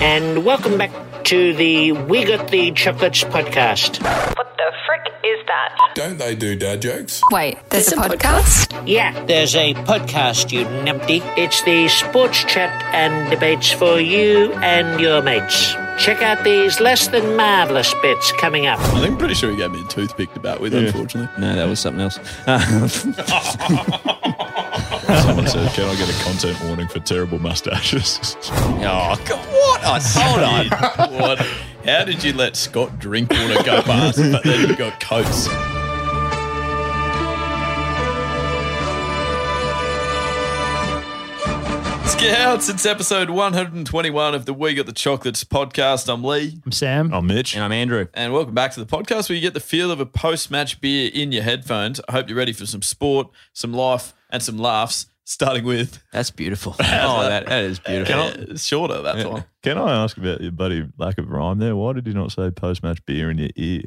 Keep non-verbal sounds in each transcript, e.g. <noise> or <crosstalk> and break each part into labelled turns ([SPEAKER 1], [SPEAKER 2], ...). [SPEAKER 1] And welcome back to the We Got the Chocolates podcast.
[SPEAKER 2] What the frick is that?
[SPEAKER 3] Don't they do dad jokes?
[SPEAKER 4] Wait, there's, a podcast?
[SPEAKER 1] Yeah, there's a podcast, you numpty. It's the sports chat and debates for you and your mates. Check out these less than marvellous bits coming up.
[SPEAKER 5] I think I'm pretty sure he gave me a toothpick to bat with, unfortunately.
[SPEAKER 6] No, that was something else. Um,
[SPEAKER 5] Someone said, Can I get a content warning for terrible mustaches?
[SPEAKER 6] <laughs> oh, God, what? I sold on.
[SPEAKER 5] <laughs> what? How did you let Scott Drinkwater go past, but then you got Coates? Scouts, it's episode 121 of the We Got the Chocolates podcast. I'm Lee.
[SPEAKER 7] I'm Sam.
[SPEAKER 3] Oh, Mitch.
[SPEAKER 6] And I'm Andrew.
[SPEAKER 5] And welcome back to the podcast where you get the feel of a post match beer in your headphones. I hope you're ready for some sport, some life, and some laughs, starting with
[SPEAKER 6] That's
[SPEAKER 3] <laughs>
[SPEAKER 6] beautiful. Oh, that, that is beautiful.
[SPEAKER 5] uh, shorter that time.
[SPEAKER 3] Can I ask about your buddy lack of rhyme there? Why did you not say post match beer in your ear?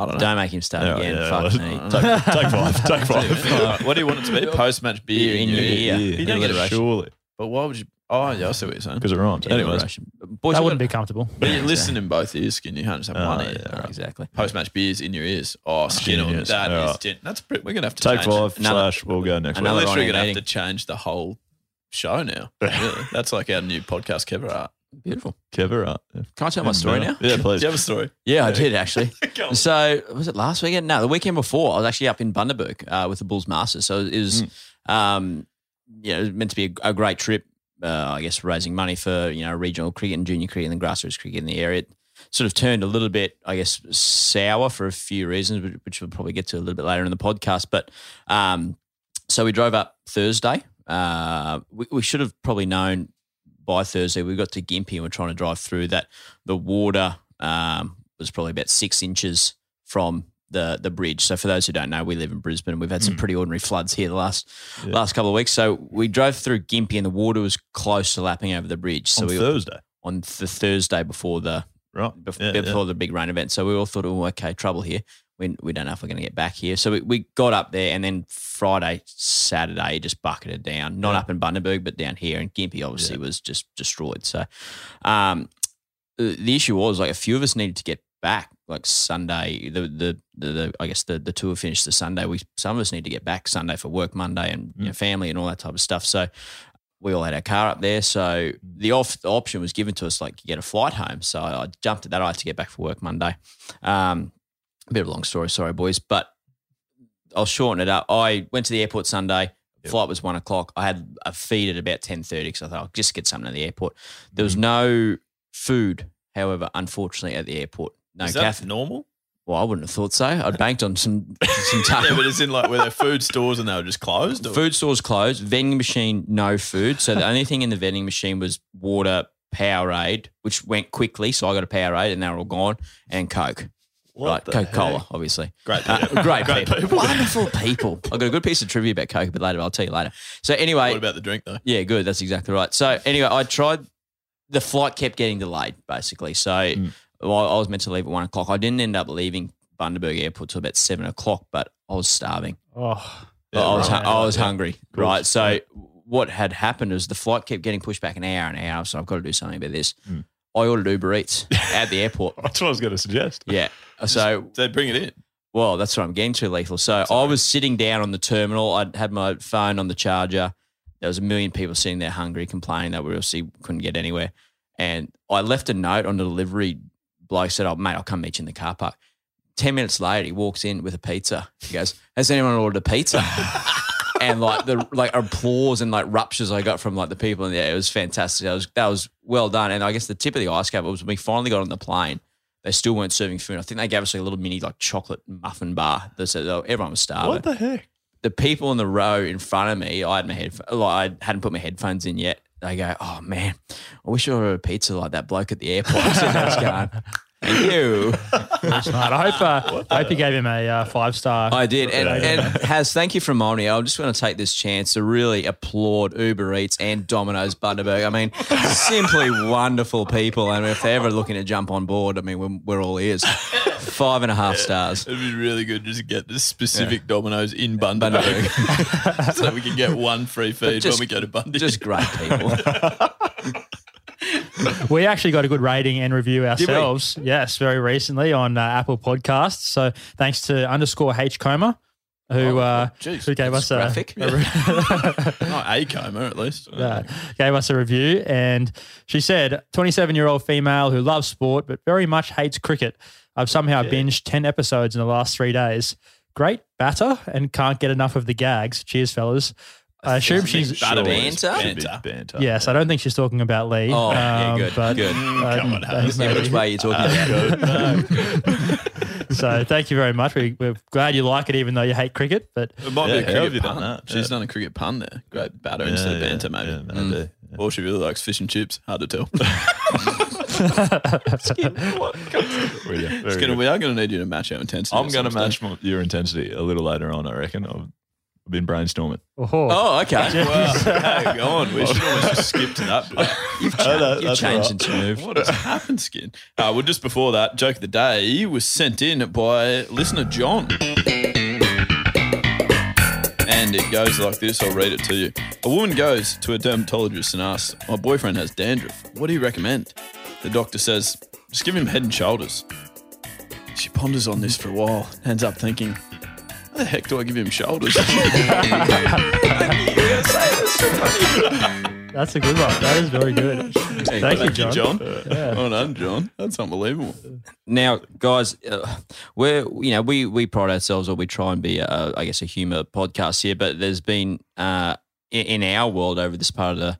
[SPEAKER 5] I don't know.
[SPEAKER 6] Don't make him start
[SPEAKER 3] Yeah,
[SPEAKER 6] again.
[SPEAKER 3] yeah,
[SPEAKER 6] Fuck
[SPEAKER 3] well, <laughs>
[SPEAKER 6] me.
[SPEAKER 3] Take, take five.
[SPEAKER 5] <laughs>
[SPEAKER 3] Take <laughs>
[SPEAKER 5] All
[SPEAKER 3] five.
[SPEAKER 5] right, what do you want it to be? Post match beer in your ear. You don't get a sure.
[SPEAKER 3] surely
[SPEAKER 5] But why would you? Oh, yeah, I see what you're saying.
[SPEAKER 3] because it rhymes. Anyways,
[SPEAKER 5] boys,
[SPEAKER 7] That
[SPEAKER 5] you
[SPEAKER 7] wouldn't
[SPEAKER 5] gotta-
[SPEAKER 7] be comfortable.
[SPEAKER 5] But you listen in both ears, skin. You can't just have
[SPEAKER 3] Oh,
[SPEAKER 5] one
[SPEAKER 3] yeah,
[SPEAKER 5] ear.
[SPEAKER 6] Exactly.
[SPEAKER 5] Post match beers in your ears. Oh, skin on
[SPEAKER 3] Genius.
[SPEAKER 5] that
[SPEAKER 3] All
[SPEAKER 5] is
[SPEAKER 3] right.
[SPEAKER 5] gen- That's pretty. We're gonna have to
[SPEAKER 3] take
[SPEAKER 5] change.
[SPEAKER 3] five
[SPEAKER 6] Another-
[SPEAKER 3] slash. We'll go next
[SPEAKER 5] We're
[SPEAKER 6] Another
[SPEAKER 3] week.
[SPEAKER 5] literally
[SPEAKER 6] rhyme
[SPEAKER 5] gonna have to
[SPEAKER 6] eating.
[SPEAKER 5] change the whole show
[SPEAKER 3] <laughs>
[SPEAKER 5] now. Really. That's like our new podcast cover art.
[SPEAKER 6] Beautiful.
[SPEAKER 3] Kevin, right? Yeah. Mm-hmm.
[SPEAKER 6] Can I tell my story now?
[SPEAKER 3] Yeah,
[SPEAKER 5] Do
[SPEAKER 3] please.
[SPEAKER 5] you have a story?
[SPEAKER 6] Yeah, I did
[SPEAKER 3] <laughs>
[SPEAKER 6] actually.
[SPEAKER 5] Go on.
[SPEAKER 6] so was it last weekend? No, the weekend before. I was actually up in Bundaberg uh, with the Bulls Masters. So it was,
[SPEAKER 3] Hmm.
[SPEAKER 6] um, you know, it was meant to be a, a great trip. Uh, I guess raising money for you know regional cricket and junior cricket and then grassroots cricket in the area. It sort of turned a little bit, I guess, sour for a few reasons, which, which we'll probably get to a little bit later in the podcast. But um, so we drove up Thursday. Uh, we, we should have probably known by Thursday. We got to Gympie and we're trying to drive through that. The water um, was probably about six inches from the the bridge. So for those who don't know, we live in Brisbane and we've had some pretty ordinary floods here the last
[SPEAKER 3] Hmm. Yeah.
[SPEAKER 6] last couple of weeks. So we drove through Gympie and the water was close to lapping over the bridge. So
[SPEAKER 3] on
[SPEAKER 6] we
[SPEAKER 3] Thursday,
[SPEAKER 6] on the Thursday before the
[SPEAKER 3] right?
[SPEAKER 6] bef-
[SPEAKER 3] Yeah, yeah.
[SPEAKER 6] before the big rain event. So we all thought, oh, okay, trouble here. We, we don't know if we're going to get back here. So we, we got up there and then Friday, Saturday, it just bucketed down, not up in Bundaberg, but down here. And Gympie obviously was just destroyed. So um, the the issue was like a few of us needed to get back like Sunday. The, the, the, the I guess the, the tour finished the Sunday. We, some of us need to get back Sunday for work Monday and
[SPEAKER 3] Mm.
[SPEAKER 6] you know, family and all that type of stuff. So we all had our car up there. So the off the option was given to us like you get a flight home. So I, I jumped at that. I had to get back for work Monday. Um, a bit of a long story, sorry boys, but I'll shorten it up. I went to the airport Sunday. Flight was one o'clock. I had a feed at about ten thirty because I thought I'll just get something at the airport. There
[SPEAKER 5] Mm.
[SPEAKER 6] was no food, however, unfortunately at the airport. No
[SPEAKER 5] Is
[SPEAKER 6] cafe.
[SPEAKER 5] that normal?
[SPEAKER 6] well, I wouldn't have thought so. I'd banked on some <laughs> some
[SPEAKER 5] Yeah,
[SPEAKER 6] taco.
[SPEAKER 5] but it's in like where there food stores and they were just closed. Or?
[SPEAKER 6] Food stores closed. Vending machine, no food. So the only thing in the vending machine was water, Powerade, which went quickly. So I got a Powerade, and they were all gone, and Coke.
[SPEAKER 5] What the
[SPEAKER 6] right, Coca Cola,
[SPEAKER 5] heck?
[SPEAKER 6] obviously.
[SPEAKER 5] Great.
[SPEAKER 6] Uh,
[SPEAKER 5] people.
[SPEAKER 6] great,
[SPEAKER 5] Great
[SPEAKER 6] people.
[SPEAKER 5] people.
[SPEAKER 6] wonderful people. I got a good piece of trivia about Coke, but later I'll tell you later. So anyway,
[SPEAKER 5] What about the drink though?
[SPEAKER 6] yeah, good. That's exactly right. So anyway, I tried. The flight kept getting delayed, basically. So
[SPEAKER 5] Hmm.
[SPEAKER 6] well, I was meant to leave at one o'clock. I didn't end up leaving Bundaberg Airport till about seven o'clock, but I was starving.
[SPEAKER 7] Oh,
[SPEAKER 6] But I was
[SPEAKER 5] right,
[SPEAKER 6] hu- I was hungry, right? So what had happened is the flight kept getting pushed back an hour, an hour. So I've got to do something about this. I ordered Uber Eats at the airport.
[SPEAKER 3] That's what I was going to suggest.
[SPEAKER 6] yeah. So
[SPEAKER 5] They bring it in.
[SPEAKER 6] Well, that's what I'm getting to, lethal. So I was sitting down on the terminal. I'd had my phone on the charger. There was a million people sitting there hungry, complaining that we obviously couldn't get anywhere. And I left a note on the delivery bloke said, Oh, mate, I'll come meet you in the car park. 10 minutes later, he walks in with a pizza. He goes, Has anyone ordered a pizza? and like the like applause and like ruptures I got from like the people in there, it was fantastic. That was, that was well done. And I guess the tip of the ice cap was when we finally got on the plane, they still weren't serving food. I think they gave us like a little mini like chocolate muffin bar that said, Oh, everyone was starving
[SPEAKER 3] What the heck?
[SPEAKER 6] the people in the row in front of me, I had my headphones, like, I hadn't put my headphones in yet. They go, oh man, I wish I ordered a pizza like that bloke at the airport. <laughs> So I was going, thank you.
[SPEAKER 7] Smart. I hope, uh, I hope you gave him a uh, five star.
[SPEAKER 6] I did. And, and has thank you from Omni. I just want to take this chance to really applaud Uber Eats and Domino's Bundaberg. I mean, simply wonderful people. And if they're ever looking to jump on board, I mean, we're, we're all ears. Five and a half stars.
[SPEAKER 5] It'd be really good just to get the specific dominoes in Bundaberg, <laughs> so we can get one free feed
[SPEAKER 6] just-
[SPEAKER 5] when we go to Bundy.
[SPEAKER 6] Just great
[SPEAKER 7] <laughs>
[SPEAKER 6] people.
[SPEAKER 7] We actually got a good rating and review
[SPEAKER 6] we?
[SPEAKER 7] ourselves. Yes, very recently on uh, Apple Podcasts. So thanks to underscore H Coma,
[SPEAKER 6] Oh,
[SPEAKER 7] who uh,
[SPEAKER 5] jeez,
[SPEAKER 7] who gave us a,
[SPEAKER 6] graphic.
[SPEAKER 7] a re- <laughs>
[SPEAKER 5] <laughs> Not a coma, at least.
[SPEAKER 7] uh, gave us a review, and she said, "27 year old female who loves sport but very much hates cricket. I've somehow binged 10 episodes in the last three days. Great batter and can't get enough of the gags. Cheers, fellas." I assume she's
[SPEAKER 6] Banter.
[SPEAKER 3] Should be banter.
[SPEAKER 7] Yes, I don't think she's talking about Lee.
[SPEAKER 6] Oh, yeah, good,
[SPEAKER 7] um, But,
[SPEAKER 6] good.
[SPEAKER 7] uh,
[SPEAKER 5] Come on,
[SPEAKER 7] I Um, think
[SPEAKER 5] Hayes.
[SPEAKER 6] Yeah,
[SPEAKER 7] maybe-
[SPEAKER 6] which way are you talking about?
[SPEAKER 7] so thank you very much. We, we're glad you like it, even though you hate cricket. But
[SPEAKER 5] It might
[SPEAKER 3] Yeah,
[SPEAKER 5] be a
[SPEAKER 3] how
[SPEAKER 5] cricket
[SPEAKER 3] have you
[SPEAKER 5] pun.
[SPEAKER 3] done that?
[SPEAKER 5] She's
[SPEAKER 3] Yeah.
[SPEAKER 5] done a cricket pun there. Great batter
[SPEAKER 3] Yeah,
[SPEAKER 5] instead of
[SPEAKER 3] yeah,
[SPEAKER 5] banter, maybe.
[SPEAKER 3] yeah,
[SPEAKER 7] Mm.
[SPEAKER 3] maybe.
[SPEAKER 5] Or she really likes fish and chips. Hard
[SPEAKER 7] <laughs>
[SPEAKER 5] to tell.
[SPEAKER 3] Yeah, very
[SPEAKER 5] It's gonna-
[SPEAKER 3] good.
[SPEAKER 5] we are going to need you to match our intensity.
[SPEAKER 3] I'm
[SPEAKER 5] at
[SPEAKER 3] going to
[SPEAKER 5] some
[SPEAKER 3] match
[SPEAKER 5] stage.
[SPEAKER 3] my, your intensity a little later on, I reckon. I've been brainstorming.
[SPEAKER 7] oh,
[SPEAKER 6] Oh,
[SPEAKER 7] <laughs>
[SPEAKER 6] okay.
[SPEAKER 5] Wow, hang on. We should almost just skip to
[SPEAKER 3] <laughs>
[SPEAKER 5] that. bit.
[SPEAKER 7] <laughs> Oh,
[SPEAKER 6] You've changed since you moved.
[SPEAKER 5] What has happened, Skin? Uh, well, just before that, joke of the day was sent in by listener John. And it goes like this I'll read it to you. A woman goes to a dermatologist and asks, My boyfriend has dandruff. What do you recommend? The doctor says, Just give him head and shoulders. She ponders on this for a while, ends up thinking, How the heck do I give
[SPEAKER 7] <laughs>
[SPEAKER 5] him shoulders?
[SPEAKER 7] that's a good one. That is very
[SPEAKER 3] <laughs>
[SPEAKER 7] good. Thank you, John.
[SPEAKER 5] Well done, John. That's unbelievable.
[SPEAKER 6] Now, guys, uh, we're you know we we pride ourselves or we try and be uh, I guess a humor podcast here, but there's been uh, in, in our world over this part of the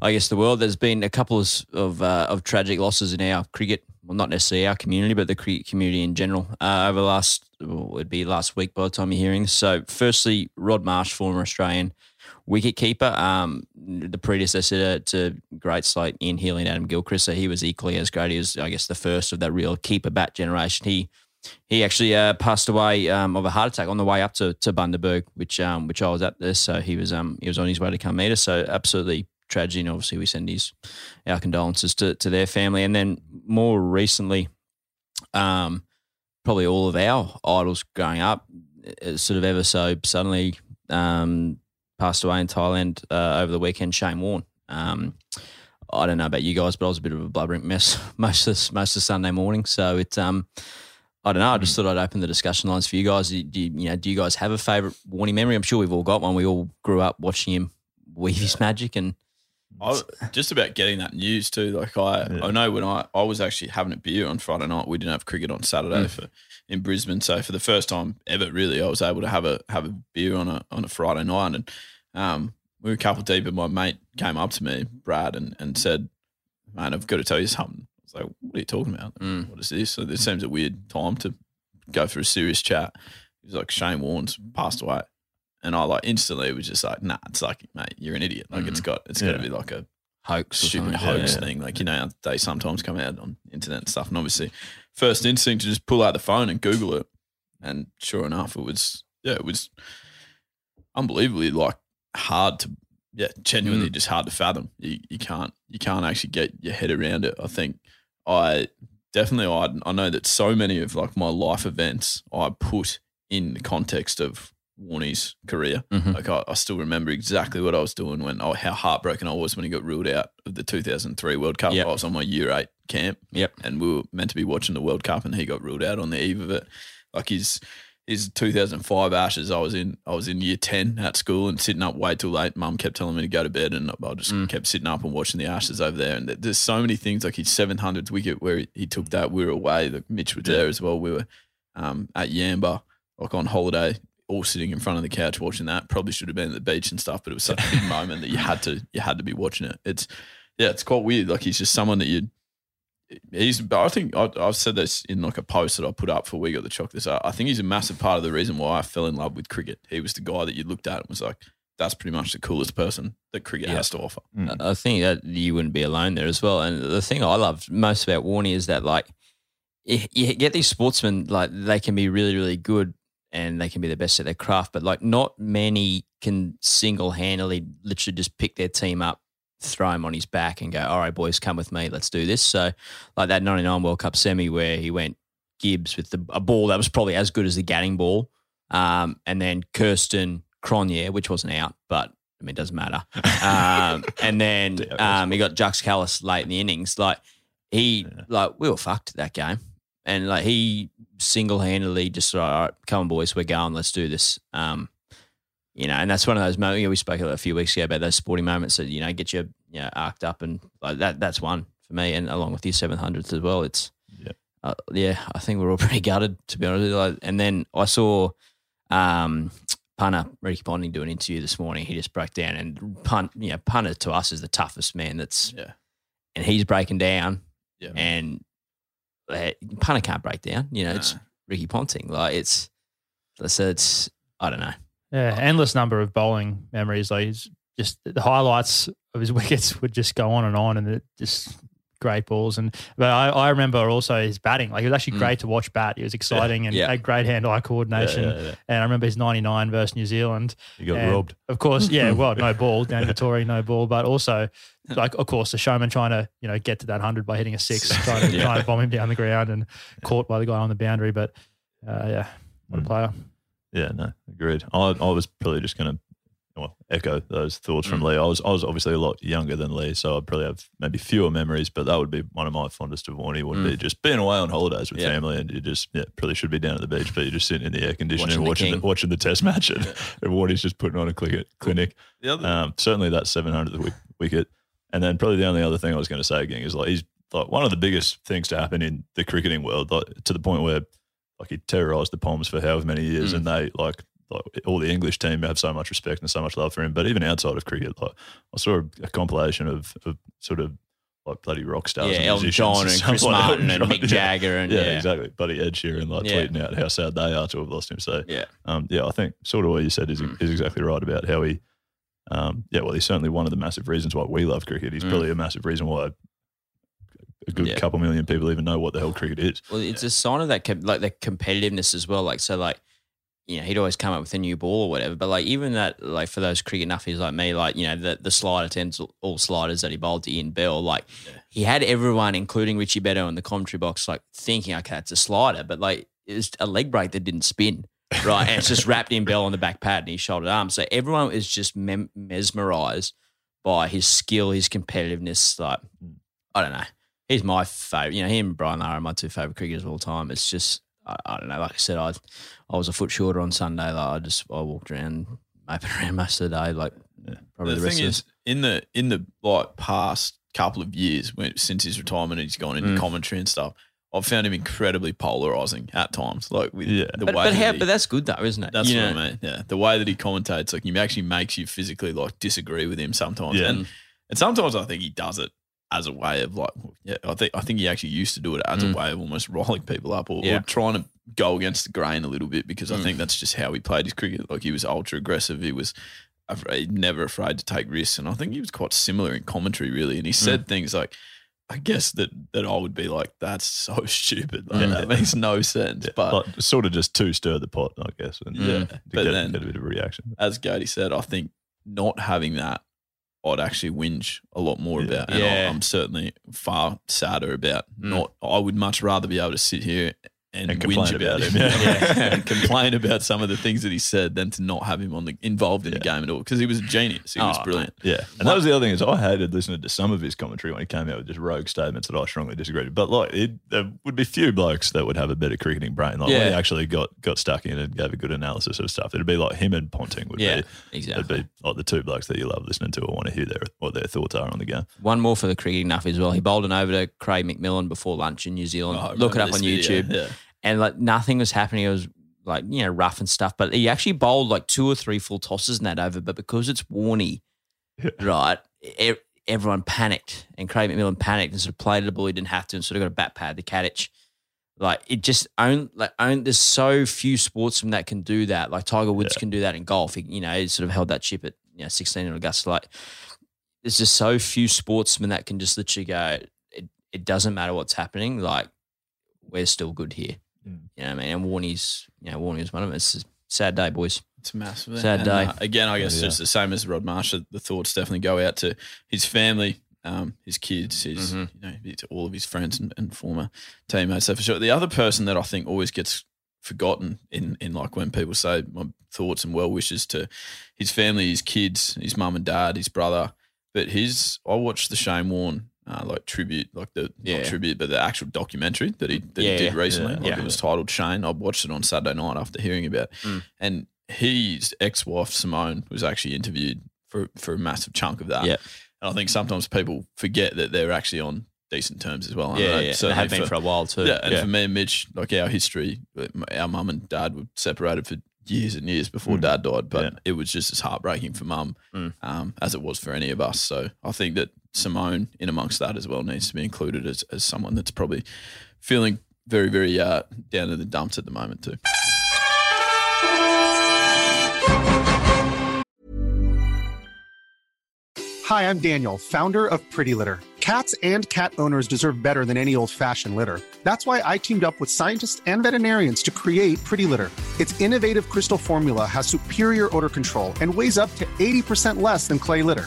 [SPEAKER 6] I guess the world there's been a couple of s- of, uh, of tragic losses in our cricket, well not necessarily our community, but the cricket community in general uh, over the last well, it'd be last week by the time you're hearing this. So, firstly, Rod Marsh, former Australian wicketkeeper, um, the predecessor to great slate in Healy and Adam Gilchrist. So he was equally as great. He was, I guess, the first of that real keeper bat generation. He he actually uh, passed away um, of a heart attack on the way up to, to Bundaberg, which um, which I was at this. So he was um he was on his way to come meet us. So absolutely tragedy, and obviously we send his our condolences to to their family. And then more recently, um, probably all of our idols growing up, uh, sort of ever so suddenly um, passed away in Thailand uh, over the weekend. Shane Warne. Um, I don't know about you guys, but I was a bit of a blubbering mess most of most of Sunday morning. So it, um, I don't know. I just thought I'd open the discussion lines for you guys. Do, do you, you know? Do you guys have a favorite Warning memory? I'm sure we've all got one. We all grew up watching him weave his magic, and
[SPEAKER 5] I was just about getting that news too. Like I, I know when I, I was actually having a beer on Friday night. We didn't have cricket on Saturday for in Brisbane, so for the first time ever, really, I was able to have a have a beer on a on a Friday night, and um, we were a couple deep, and my mate came up to me, Brad, and and said, "Man, I've got to tell you something." I was like, "What are you talking about?
[SPEAKER 6] Mm.
[SPEAKER 5] What is this? So this seems a weird time to go for a serious chat." He was like, "Shane Warne's passed away." And I like instantly was just like, nah, it's like, mate, you're an idiot. Like it's got it's gotta
[SPEAKER 3] Mm-hmm. Yeah.
[SPEAKER 5] be like a
[SPEAKER 6] hoax, or
[SPEAKER 5] stupid
[SPEAKER 6] something.
[SPEAKER 5] hoax
[SPEAKER 3] yeah.
[SPEAKER 5] thing. Like, you know, how they sometimes come out on internet and stuff. And obviously, first instinct to just pull out the phone and Google it. And sure enough, it was, yeah, it was unbelievably like hard to, yeah, genuinely
[SPEAKER 3] Mm.
[SPEAKER 5] just hard to fathom. You, you can't, you can't actually get your head around it. I think I definitely, I, I know that so many of like my life events I put in the context of Warnie's career.
[SPEAKER 6] Mhm.
[SPEAKER 5] Like I, I still remember exactly what I was doing when oh how heartbroken I was when he got ruled out of the 2003 World Cup.
[SPEAKER 6] Yep.
[SPEAKER 5] I was on my year eight camp
[SPEAKER 6] Yep.
[SPEAKER 5] and we were meant to be watching the World Cup and he got ruled out on the eve of it. Like his is 2005 Ashes. I was in I was in year 10 at school and sitting up way too late. Mum kept telling me to go to bed, and I just
[SPEAKER 6] Mm.
[SPEAKER 5] kept sitting up and watching the Ashes over there. And th- there's so many things like his 700th wicket where he, he took that. We were away. Like Mitch was there as well. We were um, at Yamba, like on holiday, all sitting in front of the couch watching that. Probably should have been at the beach and stuff, but it was such a
[SPEAKER 3] <laughs>
[SPEAKER 5] big moment that you had to you had to be watching it. It's yeah, it's quite weird. Like he's just someone that you he's but I think I, I've said this in like a post that I put up for We Got the Chalk this. I, I think he's a massive part of the reason why I fell in love with cricket. He was the guy that you looked at and was like, that's pretty much the coolest person that cricket
[SPEAKER 6] Yeah.
[SPEAKER 5] has to offer.
[SPEAKER 3] Mm.
[SPEAKER 6] I I think that you wouldn't be alone there as well. And the thing I loved most about Warney is that like you, you get these sportsmen like they can be really really good and they can be the best at their craft, but like not many can single handedly literally just pick their team up. Throw him on his back and go, all right, boys, come with me. Let's do this. So, like that 99 World Cup semi where he went Gibbs with the, a ball that was probably as good as the Gatting ball. Um, and then Kirsten Cronje, which wasn't out, but I mean, it doesn't matter.
[SPEAKER 3] <laughs>
[SPEAKER 6] Um, and then
[SPEAKER 3] Yeah, that's
[SPEAKER 6] um, he got Jux Callis late in the innings. Like he, like we were fucked that game, and like he single handedly just all right, come on, boys, we're going, let's do this. Um, you know, and that's one of those moments. You know, we spoke a few weeks ago about those sporting moments that you know get you, you know, arced up, and like that. That's one for me, and along with your seven hundredth as well. It's
[SPEAKER 3] Yeah.
[SPEAKER 6] uh, yeah, I think we're all <laughs> pretty gutted to be honest. with you. Like, and then I saw um, punter Ricky Bonding do an interview this morning. He just broke down, and punt, you know, punter to us is the toughest man. That's
[SPEAKER 5] Yeah.
[SPEAKER 6] and he's breaking down,
[SPEAKER 5] Yeah.
[SPEAKER 6] and uh, punter can't break down. You know, it's
[SPEAKER 5] Nah.
[SPEAKER 6] Ricky Ponting. Like it's, so it's I don't know.
[SPEAKER 7] Yeah, endless number of bowling memories. Like he's just the highlights of his <laughs> wickets would just go on and on, and it just great balls. And but I, I remember also his batting. Like it was actually
[SPEAKER 6] Mm.
[SPEAKER 7] great to watch bat. It was exciting and
[SPEAKER 6] yeah.
[SPEAKER 7] had great hand-eye
[SPEAKER 3] Yeah,
[SPEAKER 7] coordination.
[SPEAKER 3] yeah, yeah.
[SPEAKER 7] And I remember his '99 versus New Zealand.
[SPEAKER 3] He got
[SPEAKER 7] And,
[SPEAKER 3] robbed.
[SPEAKER 7] Of course,
[SPEAKER 3] <laughs>
[SPEAKER 7] yeah. Well, no ball, Dan Vittori, no ball. But also, like of course, the showman trying to you know get to that hundred by hitting a six, trying
[SPEAKER 3] <laughs>
[SPEAKER 7] to,
[SPEAKER 5] Yeah.
[SPEAKER 7] trying to bomb him down the ground and caught by the guy on the boundary. But uh, yeah, what a
[SPEAKER 3] Mm.
[SPEAKER 7] player.
[SPEAKER 3] Yeah, no, agreed. I, I was probably just going to well echo those thoughts
[SPEAKER 6] Mm.
[SPEAKER 3] from Lee. I was I was obviously a lot younger than Lee, so I'd probably have maybe fewer memories, but that would be one of my fondest of Warnie would
[SPEAKER 6] Mm.
[SPEAKER 3] be just being away on holidays with
[SPEAKER 6] Yeah.
[SPEAKER 3] family and you just yeah, probably should be down at the beach, but you're just sitting in the air
[SPEAKER 6] Watching
[SPEAKER 3] conditioning
[SPEAKER 6] the
[SPEAKER 3] watching the,
[SPEAKER 6] king.
[SPEAKER 3] watching the test
[SPEAKER 6] <laughs>
[SPEAKER 3] match and, and Warnie's just putting on a clinic clinic.
[SPEAKER 5] The other
[SPEAKER 3] Um, certainly that 700th wic- wicket. And then probably the only other thing I was going to say again is like he's like one of the biggest things to happen in the cricketing world, like to the point where like he terrorised the Palms for however many years,
[SPEAKER 6] Mm.
[SPEAKER 3] and they like. Like all the English team have so much respect and so much love for him, but even outside of cricket, like I saw a, a compilation of, of sort of like bloody rock stars,
[SPEAKER 6] yeah,
[SPEAKER 3] and
[SPEAKER 6] Elton
[SPEAKER 3] musicians
[SPEAKER 6] John
[SPEAKER 3] and
[SPEAKER 6] and
[SPEAKER 3] stuff
[SPEAKER 6] Chris
[SPEAKER 3] like
[SPEAKER 6] Martin and
[SPEAKER 3] <laughs> Elton John,
[SPEAKER 6] Mick
[SPEAKER 3] yeah.
[SPEAKER 6] Jagger and
[SPEAKER 3] Yeah,
[SPEAKER 6] yeah,
[SPEAKER 3] exactly. Bloody Ed Sheeran like
[SPEAKER 6] Yeah.
[SPEAKER 3] tweeting out how sad they are to have lost him. So
[SPEAKER 6] yeah.
[SPEAKER 3] um, yeah, I think sort of what you said is,
[SPEAKER 6] Mm.
[SPEAKER 3] is exactly right about how he, um, yeah, well, he's certainly one of the massive reasons why we love cricket. He's
[SPEAKER 6] Mm.
[SPEAKER 3] probably a massive reason why a good
[SPEAKER 6] Yeah.
[SPEAKER 3] couple million people even know what the hell cricket is.
[SPEAKER 6] Well, it's a sign of that com- like the competitiveness as well. Like so, like you know, he'd always come up with a new ball or whatever. But like even that, like for those cricket nuffies like me, like you know, the the slider tends all sliders that he bowled to Ian Bell. Like he had everyone, including Richie Beto in the commentary box, like thinking, okay, it's a slider, but like it's a leg break that didn't spin. Right, and it's
[SPEAKER 3] <laughs>
[SPEAKER 6] just wrapped in Bell on the back pad and his shouldered arm. So everyone is just mem- mesmerized by his skill, his competitiveness. Like,
[SPEAKER 5] Hmm.
[SPEAKER 6] I don't know he's my favorite. You know, him and Brian Lara are my two favorite cricketers of all time. It's just I, I don't know. Like I said, I I was a foot shorter on Sunday. Like I just I walked around, moped <laughs> around most of the day. Like probably the,
[SPEAKER 5] the
[SPEAKER 6] rest
[SPEAKER 5] thing
[SPEAKER 6] of
[SPEAKER 5] is,
[SPEAKER 6] us.
[SPEAKER 5] in the in the like past couple of years, when, since his retirement, he's gone into
[SPEAKER 6] Mm.
[SPEAKER 5] commentary and stuff. I've found him incredibly polarizing at times, like with
[SPEAKER 3] Yeah.
[SPEAKER 5] the
[SPEAKER 6] But
[SPEAKER 5] way.
[SPEAKER 6] but,
[SPEAKER 5] that
[SPEAKER 6] how,
[SPEAKER 5] he-
[SPEAKER 6] but that's good though, isn't it?
[SPEAKER 5] That's
[SPEAKER 6] You
[SPEAKER 5] what
[SPEAKER 6] know,
[SPEAKER 5] I mean. Yeah, the way that he commentates, like, he actually makes you physically like disagree with him sometimes,
[SPEAKER 3] Yeah.
[SPEAKER 5] and and sometimes I think he does it as a way of like, yeah, I think I think he actually used to do it as
[SPEAKER 6] Mm.
[SPEAKER 5] a way of almost riling people up or,
[SPEAKER 6] Yeah.
[SPEAKER 5] or trying to go against the grain a little bit because I
[SPEAKER 6] Mm.
[SPEAKER 5] think that's just how he played his cricket. Like he was ultra aggressive. He was afraid, never afraid to take risks, and I think he was quite similar in commentary really. And he said things like. I guess that, that I would be like, that's so <laughs> stupid. Like,
[SPEAKER 6] Yeah.
[SPEAKER 5] That makes no sense. Mm. But
[SPEAKER 3] like, sort of just to stir the pot, I guess. And
[SPEAKER 6] Yeah.
[SPEAKER 3] to
[SPEAKER 5] But
[SPEAKER 3] get,
[SPEAKER 5] then-
[SPEAKER 3] get a bit of a reaction.
[SPEAKER 5] as Gady said, I think not having that, I'd actually whinge a lot more
[SPEAKER 3] Yeah.
[SPEAKER 5] about. And
[SPEAKER 6] Yeah.
[SPEAKER 5] I, I'm certainly far sadder about
[SPEAKER 6] Mm.
[SPEAKER 5] not. I would much rather be able to sit here and,
[SPEAKER 3] And
[SPEAKER 5] whinge
[SPEAKER 3] complain
[SPEAKER 5] about
[SPEAKER 3] about
[SPEAKER 5] him,
[SPEAKER 3] him,
[SPEAKER 6] <laughs>
[SPEAKER 3] yeah.
[SPEAKER 5] Yeah. and <laughs> complain about some of the things that he said, than to not have him on the involved in the game at all because he was a genius. He was
[SPEAKER 6] Oh,
[SPEAKER 5] brilliant.
[SPEAKER 3] Yeah, and that was the other thing is I hated listening to some of his commentary when he came out with just rogue statements that I strongly disagreed with. But like, it, there would be few blokes that would have a better cricketing brain. Like when
[SPEAKER 5] Yeah.
[SPEAKER 3] he actually got got stuck in and gave a good analysis of stuff, it'd be like him and Ponting would
[SPEAKER 6] Yeah,
[SPEAKER 3] be.
[SPEAKER 6] exactly.
[SPEAKER 3] It'd be like the two blokes that you love listening to or want to hear their what their thoughts are on the game.
[SPEAKER 6] One more for the cricket enough as well. He bowled an over to Craig McMillan before lunch in New Zealand.
[SPEAKER 5] Oh, I
[SPEAKER 6] Look it
[SPEAKER 5] remember
[SPEAKER 6] up on
[SPEAKER 5] this
[SPEAKER 6] YouTube.
[SPEAKER 5] video, Yeah.
[SPEAKER 6] And like nothing was happening. It was like, you know, rough and stuff. But he actually bowled like two or three full tosses in that over. But because it's Warney, right, e- everyone panicked. And Craig McMillan panicked and sort of played the ball he didn't have to and sort of got a bat pad, the Kadich. Like it just own like own. There's so few sportsmen that can do that. Like Tiger Woods can do that in golf. He, you know, he sort of held that chip at you know 16 in Augusta. Like there's just so few sportsmen that can just literally go. It, it doesn't matter what's happening. Like we're still good here. You know what I mean? And Warney's, you know, Warney's one of them. It's a sad day, boys.
[SPEAKER 5] It's massive.
[SPEAKER 6] Sad
[SPEAKER 5] And,
[SPEAKER 6] day.
[SPEAKER 5] uh, again, I guess
[SPEAKER 3] Yeah.
[SPEAKER 5] it's the same as Rod Marsh. The thoughts definitely go out to his family, um, his kids, his
[SPEAKER 6] Mhm.
[SPEAKER 3] Mm-hmm.
[SPEAKER 5] you know, to all of his friends and, and former teammates. So for sure, the other person that I think always gets forgotten in in like when people say my thoughts and well wishes to his family, his kids, his mum and dad, his brother. But his, I watched the Shane Warne. Uh, like tribute, like the
[SPEAKER 6] Yeah.
[SPEAKER 5] not tribute, but the actual documentary that he that
[SPEAKER 6] Yeah,
[SPEAKER 5] he did
[SPEAKER 6] yeah.
[SPEAKER 5] recently.
[SPEAKER 3] Yeah.
[SPEAKER 5] Like
[SPEAKER 6] Yeah.
[SPEAKER 5] it was titled Shane. I watched it on Saturday night after hearing about, it.
[SPEAKER 6] Mm.
[SPEAKER 5] and his ex-wife Simone was actually interviewed for for a massive chunk of that.
[SPEAKER 6] Yeah.
[SPEAKER 5] and I think sometimes people forget that they're actually on decent terms as well. And I know
[SPEAKER 6] Yeah, yeah. And
[SPEAKER 5] certainly
[SPEAKER 6] have been for a while too.
[SPEAKER 5] yeah, and for me and Mitch, like our history, our mum and dad were separated for years and years before
[SPEAKER 3] Mm.
[SPEAKER 5] dad died, but
[SPEAKER 3] Yeah.
[SPEAKER 5] it was just as heartbreaking for mum
[SPEAKER 6] Mm.
[SPEAKER 5] um, as it was for any of us. So I think that Simone, in amongst that as well, needs to be included as, as someone that's probably feeling very, very uh, down in the dumps at the moment, too.
[SPEAKER 8] Hi, I'm Daniel, founder of Pretty Litter. Cats and cat owners deserve better than any old fashioned litter. That's why I teamed up with scientists and veterinarians to create Pretty Litter. Its innovative crystal formula has superior odor control and weighs up to 80% less than clay litter.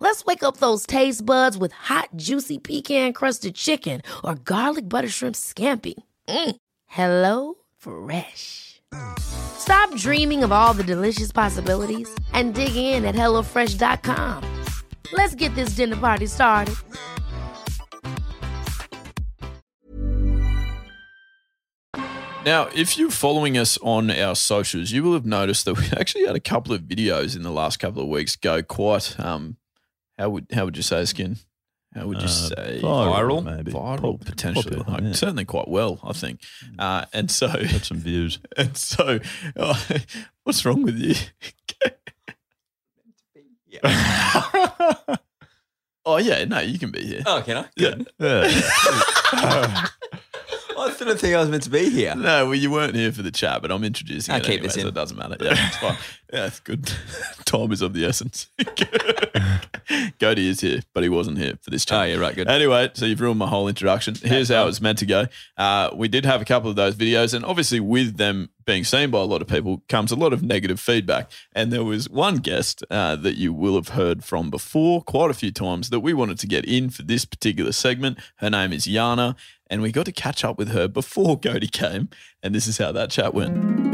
[SPEAKER 9] Let's wake up those taste buds with hot, juicy pecan crusted chicken or garlic butter shrimp scampi. Mm. Hello Fresh. Stop dreaming of all the delicious possibilities and dig in at HelloFresh.com. Let's get this dinner party started.
[SPEAKER 5] Now, if you're following us on our socials, you will have noticed that we <laughs> actually had a couple of videos in the last couple of weeks go quite um how would how would you say skin? How would you
[SPEAKER 3] Uh,
[SPEAKER 5] say
[SPEAKER 3] viral,
[SPEAKER 5] viral,
[SPEAKER 3] maybe.
[SPEAKER 5] viral
[SPEAKER 3] Pop-
[SPEAKER 5] potentially,
[SPEAKER 3] popular,
[SPEAKER 5] Like,
[SPEAKER 3] yeah.
[SPEAKER 5] certainly quite well, I think. Uh, and so,
[SPEAKER 3] Got some views.
[SPEAKER 5] <laughs> and so, oh, <laughs> what's wrong with
[SPEAKER 6] <laughs>
[SPEAKER 5] you? <laughs> oh yeah, no, you can be here.
[SPEAKER 6] Oh, can I?
[SPEAKER 5] yeah,
[SPEAKER 3] Yeah.
[SPEAKER 6] I didn't think I was meant to be here.
[SPEAKER 5] No, well, you weren't here for the chat, but I'm introducing
[SPEAKER 6] I'll
[SPEAKER 5] it
[SPEAKER 6] keep
[SPEAKER 5] anyway,
[SPEAKER 6] this
[SPEAKER 5] so
[SPEAKER 6] in.
[SPEAKER 5] it
[SPEAKER 6] <laughs>
[SPEAKER 5] doesn't matter. Yeah, it's fine. Yeah, it's good. <laughs> Time is of the essence. <laughs> Cody is here, but he wasn't here for this chat.
[SPEAKER 6] Oh, yeah, right, good.
[SPEAKER 5] Anyway, so you've ruined my whole introduction. Here's how it's meant to go. Uh, we did have a couple of those videos, and obviously, with them being seen by a lot of people, comes a lot of negative feedback. And there was one guest uh, that you will have heard from before quite a few times that we wanted to get in for this particular segment. Her name is Yana, and we got to catch up with her before Cody came. And this is how that chat went.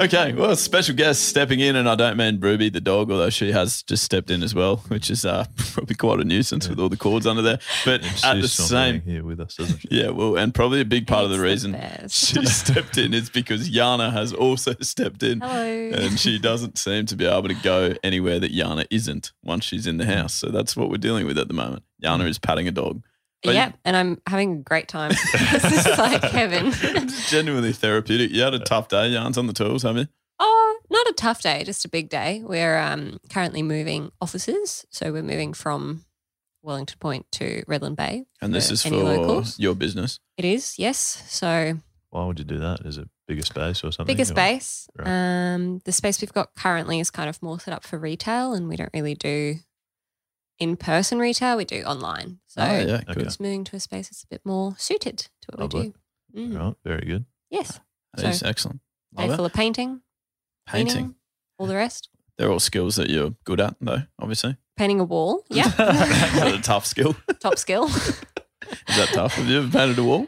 [SPEAKER 5] Okay, well, special guest stepping in, and I don't mean Ruby the dog, although she has just stepped in as well, which is uh, <laughs> probably quite a nuisance with all the cords under there. But at the
[SPEAKER 3] She's not
[SPEAKER 5] same,
[SPEAKER 3] being here with us, doesn't she?
[SPEAKER 5] yeah, well, and probably a big part of the reason
[SPEAKER 10] best.
[SPEAKER 5] she <laughs> stepped in is because Yana has also <laughs> stepped in,
[SPEAKER 10] Hello.
[SPEAKER 5] and she doesn't seem to be able to go anywhere that Yana isn't once she's in the house. So that's what we're dealing with at the moment. Yana is patting a dog. But-
[SPEAKER 10] Yep, and I'm having a great time. <laughs> this is like heaven.
[SPEAKER 5] <laughs> It's genuinely therapeutic. You had a tough day, Yarn's on the tools, haven't you?
[SPEAKER 10] oh, not a tough day, just a big day. We're um, currently moving offices, so we're moving from Wellington Point to Redland Bay.
[SPEAKER 5] And this
[SPEAKER 10] for
[SPEAKER 5] is
[SPEAKER 10] any
[SPEAKER 5] for
[SPEAKER 10] locals.
[SPEAKER 5] your business.
[SPEAKER 10] It is yes. So
[SPEAKER 3] Why would you do that? Is it bigger space or something?
[SPEAKER 10] Bigger
[SPEAKER 3] or-
[SPEAKER 10] space.
[SPEAKER 3] Right.
[SPEAKER 10] Um, the space we've got currently is kind of more set up for retail, and we don't really do in person retail. We do online. So
[SPEAKER 3] Oh, yeah, good.
[SPEAKER 10] it's moving to a space that's a bit more suited to what
[SPEAKER 3] Lovely.
[SPEAKER 10] we do. Mm.
[SPEAKER 3] oh, Right. Very good.
[SPEAKER 10] Yes.
[SPEAKER 5] That is excellent.
[SPEAKER 10] Day
[SPEAKER 5] Love it.
[SPEAKER 10] full of painting,
[SPEAKER 5] Painting.
[SPEAKER 10] cleaning, all the rest.
[SPEAKER 5] They're all skills that you're good at, though, obviously.
[SPEAKER 10] Painting a wall. <laughs>
[SPEAKER 5] <laughs>
[SPEAKER 10] Yeah.
[SPEAKER 5] Is that a tough skill?
[SPEAKER 10] <laughs> Top skill.
[SPEAKER 5] <laughs> Is that tough? Have you ever painted a wall?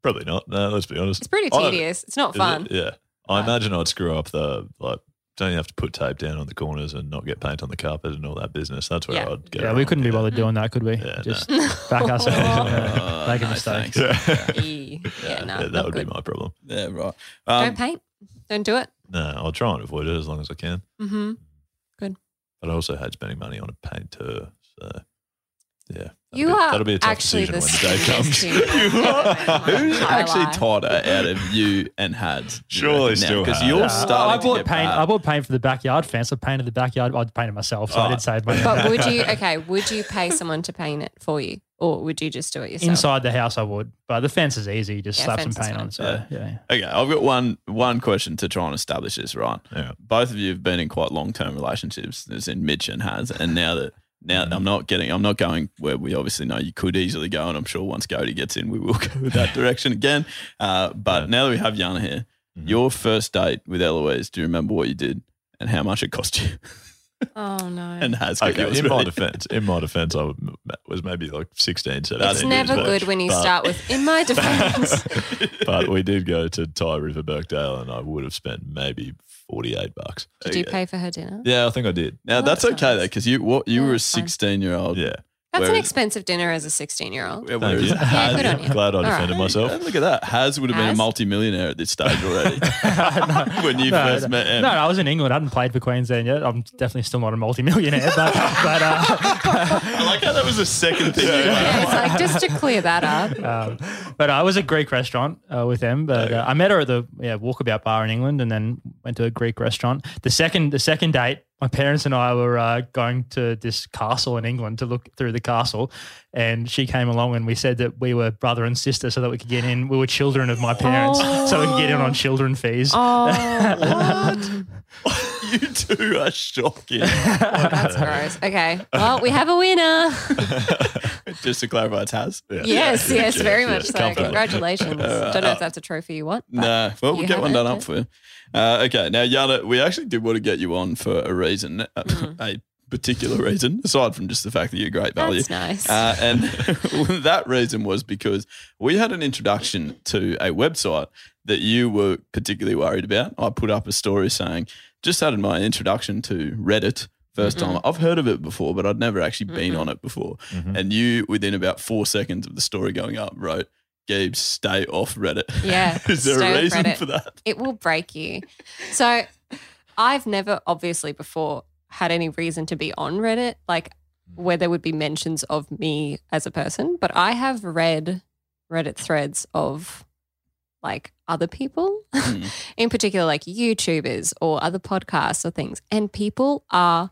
[SPEAKER 3] Probably not. No, let's be honest.
[SPEAKER 10] It's pretty
[SPEAKER 3] I don't-
[SPEAKER 10] tedious. It's not
[SPEAKER 3] Is it?
[SPEAKER 10] fun.
[SPEAKER 3] Yeah. I imagine I'd screw up the like. Don't you have to put tape down on the corners and not get paint on the carpet and all that business? That's where
[SPEAKER 10] Yeah.
[SPEAKER 3] I'd go.
[SPEAKER 7] Yeah, we couldn't be bothered
[SPEAKER 3] <laughs>
[SPEAKER 7] doing that, could we? Just <laughs> back
[SPEAKER 5] <laughs>
[SPEAKER 7] ourselves.
[SPEAKER 5] Uh,
[SPEAKER 7] Make a
[SPEAKER 5] no,
[SPEAKER 7] mistake.
[SPEAKER 5] thanks.
[SPEAKER 10] <laughs>
[SPEAKER 5] Yeah.
[SPEAKER 10] Ew. Yeah, no,
[SPEAKER 3] Yeah, that
[SPEAKER 10] not
[SPEAKER 3] would
[SPEAKER 10] good.
[SPEAKER 3] be my problem.
[SPEAKER 5] Yeah, right.
[SPEAKER 3] Um,
[SPEAKER 10] don't paint. Don't do it.
[SPEAKER 3] No, I'll try and avoid it as long as I can.
[SPEAKER 10] Mm-hmm.
[SPEAKER 3] But I also hate spending money on a painter. So, yeah. That'll
[SPEAKER 10] You
[SPEAKER 3] be,
[SPEAKER 10] are
[SPEAKER 3] that'll be a tough
[SPEAKER 10] actually
[SPEAKER 3] decision
[SPEAKER 10] the
[SPEAKER 3] when
[SPEAKER 10] <laughs>
[SPEAKER 3] the day
[SPEAKER 10] sneakiest
[SPEAKER 3] comes.
[SPEAKER 10] human
[SPEAKER 3] <laughs> You are-
[SPEAKER 10] I've ever met in my
[SPEAKER 5] Who's
[SPEAKER 10] entire
[SPEAKER 5] actually
[SPEAKER 10] life.
[SPEAKER 5] tighter out of you and Hads?
[SPEAKER 3] Surely still
[SPEAKER 5] Because
[SPEAKER 3] Hads.
[SPEAKER 5] you're
[SPEAKER 3] Yeah.
[SPEAKER 5] starting
[SPEAKER 7] Uh, I bought
[SPEAKER 5] to get
[SPEAKER 7] paint.
[SPEAKER 5] bad.
[SPEAKER 7] I bought paint for the backyard fence. I painted the backyard. I painted myself, so I
[SPEAKER 5] Oh.
[SPEAKER 7] did save money. <laughs>
[SPEAKER 10] But
[SPEAKER 3] <laughs>
[SPEAKER 10] would you? Okay, would you
[SPEAKER 11] <laughs>
[SPEAKER 10] pay someone to paint it for you, or would you just do it yourself?
[SPEAKER 7] Inside the house, I would. But the fence is easy. You just
[SPEAKER 10] Yeah,
[SPEAKER 7] slap some
[SPEAKER 10] fence is
[SPEAKER 7] paint
[SPEAKER 10] fine.
[SPEAKER 7] on. So yeah.
[SPEAKER 5] Okay, I've got one one question to try and establish this, right?
[SPEAKER 3] Yeah.
[SPEAKER 5] Both of you have been in quite long term relationships, as in Mitch and Has, and now that now I'm not getting, I'm not going where we obviously know you could easily go, and I'm sure once Cody gets in, we will <laughs> go that direction again. Uh, but now that we have Yana here,
[SPEAKER 3] Mm-hmm.
[SPEAKER 5] your first date with Eloise, do you remember what you did and how much it cost you? <laughs>
[SPEAKER 10] Oh no.
[SPEAKER 5] and Has, got
[SPEAKER 3] Okay,
[SPEAKER 5] yours
[SPEAKER 3] in my
[SPEAKER 5] ready.
[SPEAKER 3] defense, in my defense, I w- was maybe like 16, 17.
[SPEAKER 10] it's never
[SPEAKER 3] but-
[SPEAKER 10] good when you
[SPEAKER 3] but-
[SPEAKER 10] start with in my defense.
[SPEAKER 3] <laughs> But we did go to Ty River Birkdale, and I would have spent maybe 48 bucks.
[SPEAKER 10] Did you pay for her dinner?
[SPEAKER 3] Yeah, I think I did.
[SPEAKER 5] Now
[SPEAKER 10] Oh,
[SPEAKER 5] that's
[SPEAKER 10] that's
[SPEAKER 5] okay
[SPEAKER 10] nice.
[SPEAKER 5] though, because you what you
[SPEAKER 10] Yeah,
[SPEAKER 5] were a
[SPEAKER 10] that's fine.
[SPEAKER 5] 16 year old.
[SPEAKER 3] Yeah.
[SPEAKER 10] That's an
[SPEAKER 5] Whereas-
[SPEAKER 10] expensive dinner as a <laughs> sixteen-year-old.
[SPEAKER 5] Yeah,
[SPEAKER 3] Thank
[SPEAKER 5] whereas
[SPEAKER 3] you.
[SPEAKER 5] Haz-
[SPEAKER 10] good on you.
[SPEAKER 3] Glad I
[SPEAKER 10] All
[SPEAKER 3] defended
[SPEAKER 10] right.
[SPEAKER 3] myself.
[SPEAKER 5] Look at that. Haz would have been a
[SPEAKER 10] Haz?
[SPEAKER 5] multimillionaire at this
[SPEAKER 10] <laughs>
[SPEAKER 5] stage already when you
[SPEAKER 7] No,
[SPEAKER 5] first
[SPEAKER 7] no,
[SPEAKER 5] met him.
[SPEAKER 7] no, I was in England. I hadn't played for Queensland yet. I'm definitely still not a multimillionaire, <laughs> but but uh,
[SPEAKER 5] I like how that was the second thing.
[SPEAKER 10] Yeah, it's like just to clear that up.
[SPEAKER 7] um, but I was at a Greek restaurant uh, with them. But uh, I met her at the yeah, walkabout bar in England, and then went to a Greek restaurant. The second the second date, my parents and I were uh, going to this castle in England to look through the castle, and she came along, and we said that we were brother and sister, so that we could get in. We were children of my parents, so we could get in on children fees.
[SPEAKER 10] Oh,
[SPEAKER 5] <laughs> you two are shocking.
[SPEAKER 10] that's gross. Okay, well, we have a winner.
[SPEAKER 5] <laughs> just to clarify, it's Haz. Yeah.
[SPEAKER 10] yes, yes, very
[SPEAKER 3] yeah,
[SPEAKER 10] much so.
[SPEAKER 3] comfortable.
[SPEAKER 10] Congratulations. Don't know if that's a trophy you want. but-
[SPEAKER 5] No, Uh, well, we'll
[SPEAKER 10] You
[SPEAKER 5] get one
[SPEAKER 10] have
[SPEAKER 5] done
[SPEAKER 10] it.
[SPEAKER 5] up for you. Uh, okay, now Yana, we actually did want to get you on for a reason, uh, a particular reason, aside from just the fact that you're great value.
[SPEAKER 10] Mm. That's nice.
[SPEAKER 5] Uh, and <laughs> that reason was because we had an introduction to a website that you were particularly worried about. I put up a story saying, just added my introduction to Reddit. 1st
[SPEAKER 10] Mm-hmm.
[SPEAKER 5] time I've heard of it before, but I'd never actually been on it before. And you, within about four seconds of the story going up, wrote, Gabe, stay off Reddit.
[SPEAKER 10] Yeah,
[SPEAKER 5] <laughs> Is there
[SPEAKER 10] stay
[SPEAKER 5] a
[SPEAKER 10] off
[SPEAKER 5] reason
[SPEAKER 10] Reddit.
[SPEAKER 5] for that?
[SPEAKER 10] it will break you. So I've never obviously before had any reason to be on Reddit, like where there would be mentions of me as a person, but I have read Reddit threads of like other people, <laughs>
[SPEAKER 5] Mm.
[SPEAKER 10] in particular like YouTubers or other podcasts or things, and people are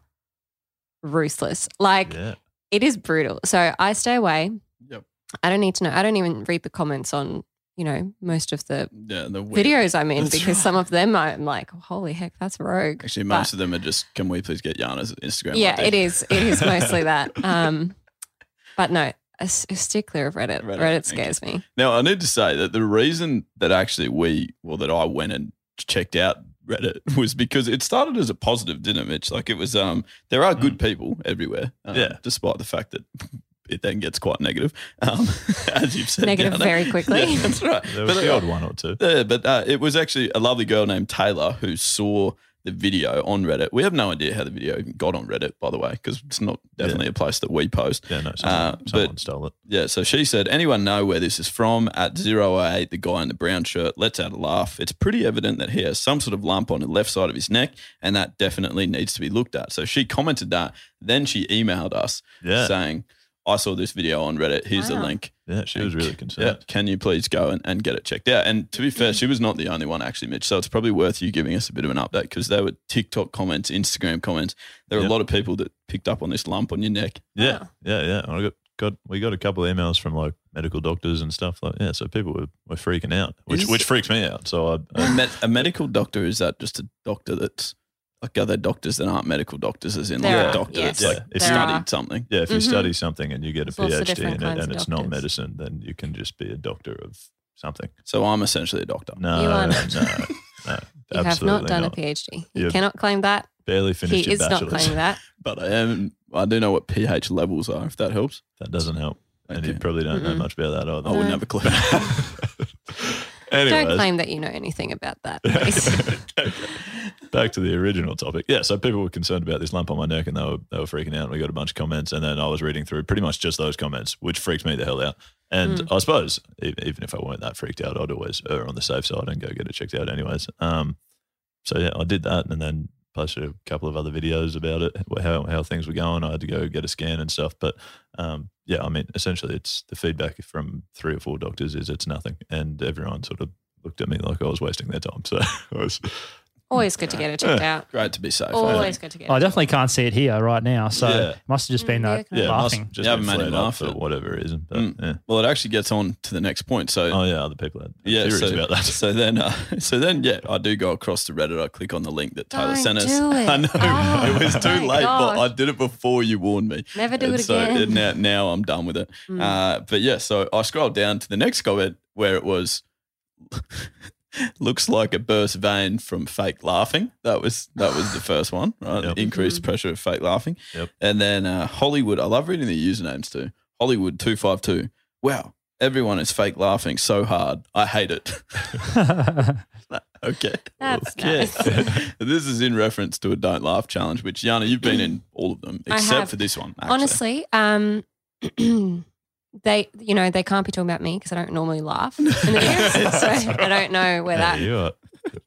[SPEAKER 10] ruthless. Like
[SPEAKER 3] Yeah.
[SPEAKER 10] it is brutal. So I stay away.
[SPEAKER 5] Yep.
[SPEAKER 10] I don't need to know. I don't even read the comments on, you know, most of the
[SPEAKER 5] Yeah, the weird-
[SPEAKER 10] videos I'm in
[SPEAKER 5] <laughs> That's
[SPEAKER 10] because
[SPEAKER 5] right.
[SPEAKER 10] some of them I'm like, holy heck, that's rogue.
[SPEAKER 5] Actually,
[SPEAKER 10] But-
[SPEAKER 5] most of them are just, can we please get Yana's Instagram?
[SPEAKER 10] yeah,
[SPEAKER 5] ID?"
[SPEAKER 10] it is. It is mostly
[SPEAKER 5] <laughs>
[SPEAKER 10] that. Um, but no, a, stick clear of Reddit.
[SPEAKER 5] Reddit,
[SPEAKER 10] Reddit,
[SPEAKER 5] thank
[SPEAKER 10] scares me.
[SPEAKER 5] Now, I need to say that the <laughs> reason that actually we, well, that I went and checked out Reddit <laughs> was because it started as a positive, didn't it, Mitch? Like it was, um, there are good people everywhere. um,
[SPEAKER 3] Mm. Yeah.
[SPEAKER 5] Despite the fact that it then gets quite negative, um, <laughs> as you've said.
[SPEAKER 10] Negative
[SPEAKER 5] Yana.
[SPEAKER 10] very quickly.
[SPEAKER 5] <laughs> Yeah, that's right.
[SPEAKER 3] There was
[SPEAKER 5] But,
[SPEAKER 3] the
[SPEAKER 5] uh,
[SPEAKER 3] odd one or two.
[SPEAKER 5] Yeah, but uh, it was actually a lovely girl named Taylor who saw the video on Reddit. We have no idea how the video even got on Reddit, by the way, because it's not definitely a place that we post.
[SPEAKER 3] Yeah, no, someone,
[SPEAKER 5] Uh, but-
[SPEAKER 3] someone stole it.
[SPEAKER 5] Yeah, so she said, anyone know where this is from? At 008, the guy in the brown shirt lets out a laugh. It's pretty evident that he has some sort of lump on the left side of his neck, and that definitely needs to be looked at. So she commented that. Then she emailed us
[SPEAKER 3] Yeah.
[SPEAKER 5] saying, I saw this video on Reddit. Here's the
[SPEAKER 10] Wow.
[SPEAKER 5] link.
[SPEAKER 3] Yeah, she was
[SPEAKER 5] And
[SPEAKER 3] really
[SPEAKER 5] c-
[SPEAKER 3] concerned.
[SPEAKER 5] Yeah, can you please go and, and get it checked out? And to be fair, she was not the only one actually, Mitch. So it's probably worth you giving us a bit of an update because there were TikTok comments, Instagram comments. There were a
[SPEAKER 3] Yeah.
[SPEAKER 5] lot of people that picked up on this lump on your neck.
[SPEAKER 3] Yeah, yeah, yeah. I got, got we got a couple of emails from like medical doctors and stuff like yeah. So people were, were freaking out, which
[SPEAKER 5] Is-
[SPEAKER 3] which freaks me out. So I, <sighs>
[SPEAKER 5] A, med- a medical doctor is that just a doctor that's like are there doctors that aren't medical doctors as in like
[SPEAKER 3] There
[SPEAKER 5] a
[SPEAKER 3] are,
[SPEAKER 5] doctor
[SPEAKER 3] yes.
[SPEAKER 5] that's like
[SPEAKER 3] Yeah, if you-
[SPEAKER 5] studied
[SPEAKER 3] There are.
[SPEAKER 5] something?
[SPEAKER 3] yeah, if you
[SPEAKER 5] Mhm.
[SPEAKER 10] Mm-hmm.
[SPEAKER 3] study something and you get a
[SPEAKER 5] There's lots of
[SPEAKER 3] PhD
[SPEAKER 5] different
[SPEAKER 3] in it
[SPEAKER 5] kinds
[SPEAKER 3] and
[SPEAKER 5] of
[SPEAKER 3] it's not
[SPEAKER 5] doctors.
[SPEAKER 3] medicine, then you can just be a doctor of something.
[SPEAKER 5] So I'm essentially a doctor.
[SPEAKER 10] <laughs>
[SPEAKER 3] No,
[SPEAKER 10] You are
[SPEAKER 3] no,
[SPEAKER 10] not.
[SPEAKER 3] no,
[SPEAKER 10] You have not
[SPEAKER 5] absolutely
[SPEAKER 10] done
[SPEAKER 5] not.
[SPEAKER 10] a PhD. You
[SPEAKER 5] You've
[SPEAKER 10] cannot claim that.
[SPEAKER 3] barely
[SPEAKER 10] He is not claiming that.
[SPEAKER 5] but I am. I do know what pH levels are. If that helps,
[SPEAKER 3] that doesn't help. And you probably don't know
[SPEAKER 10] Mm-mm.
[SPEAKER 3] much about that either.
[SPEAKER 5] I wouldn't
[SPEAKER 10] No.
[SPEAKER 5] have a
[SPEAKER 3] <laughs>
[SPEAKER 5] clue.
[SPEAKER 3] Anyways,
[SPEAKER 10] Don't claim that you know anything about that,
[SPEAKER 3] <laughs>
[SPEAKER 10] please.
[SPEAKER 3] back to the original topic. Yeah, so people were concerned about this lump on my neck and they were, they were freaking out. And we got a bunch of comments. And then I was reading through pretty much just those comments, which freaked me the hell out. And
[SPEAKER 5] Mm.
[SPEAKER 3] I suppose e- even if I weren't that freaked out, I'd always err on the safe side and go get it checked out, anyways. Um, so yeah, I did that and then posted a couple of other videos about it, wh- how, how things were going. I had to go get a scan and stuff. But um, yeah, I mean, essentially, it's the feedback from three or four doctors is it's nothing. And everyone sort of looked at me like I was wasting their time. <laughs> So I was
[SPEAKER 10] Always good to get it checked
[SPEAKER 3] Yeah.
[SPEAKER 10] out.
[SPEAKER 5] Great to be safe.
[SPEAKER 10] Always good to get
[SPEAKER 7] I
[SPEAKER 10] it.
[SPEAKER 7] definitely can't see it here right now. So
[SPEAKER 5] Yeah.
[SPEAKER 7] it must have just been that
[SPEAKER 3] Yeah, must
[SPEAKER 7] laughing.
[SPEAKER 3] have just
[SPEAKER 5] Yeah,
[SPEAKER 3] been
[SPEAKER 5] made him
[SPEAKER 3] flared
[SPEAKER 5] laugh
[SPEAKER 3] up for
[SPEAKER 5] at-
[SPEAKER 3] whatever reason. But
[SPEAKER 5] Mm.
[SPEAKER 3] yeah.
[SPEAKER 5] Well, it actually gets on to the next point. So,
[SPEAKER 3] oh yeah, other people had
[SPEAKER 5] yeah,
[SPEAKER 3] theories
[SPEAKER 5] so, <laughs>
[SPEAKER 3] about that.
[SPEAKER 5] So then, uh, so then, yeah, I do go across to Reddit. I click on the link that Taylor
[SPEAKER 10] Don't
[SPEAKER 5] sent us.
[SPEAKER 10] do it.
[SPEAKER 5] <laughs> I know
[SPEAKER 10] Oh,
[SPEAKER 5] it was
[SPEAKER 10] my
[SPEAKER 5] too late,
[SPEAKER 10] gosh.
[SPEAKER 5] but I did it before you warned me.
[SPEAKER 10] Never do
[SPEAKER 5] And
[SPEAKER 10] it
[SPEAKER 5] so
[SPEAKER 10] again.
[SPEAKER 5] it- now, now I'm done with it.
[SPEAKER 10] Mm.
[SPEAKER 5] Uh, but yeah, so I scrolled down to the next comment where it was. Looks like a burst vein from fake laughing. That was
[SPEAKER 10] <sighs>
[SPEAKER 5] that was the first one, right?
[SPEAKER 3] Yep.
[SPEAKER 5] Increased
[SPEAKER 10] Hmm.
[SPEAKER 5] pressure of fake laughing.
[SPEAKER 3] Yep.
[SPEAKER 5] And then uh, Hollywood. I love reading the usernames too. Hollywood two five two. Wow, everyone is fake laughing so hard. I hate it. <laughs>
[SPEAKER 7] <laughs>
[SPEAKER 5] okay.
[SPEAKER 10] That's
[SPEAKER 5] Okay.
[SPEAKER 3] <laughs>
[SPEAKER 10] nice.
[SPEAKER 5] this is <laughs> in reference to a don't laugh challenge, which Yana, you've been in all of them
[SPEAKER 10] I
[SPEAKER 5] except
[SPEAKER 10] have.
[SPEAKER 5] for this one. Actually.
[SPEAKER 10] Honestly, um, <clears throat> they you know they can't be talking about me because I don't normally laugh
[SPEAKER 5] <laughs>
[SPEAKER 10] in the videos, so <laughs> I don't know where that. Ah. You
[SPEAKER 3] you are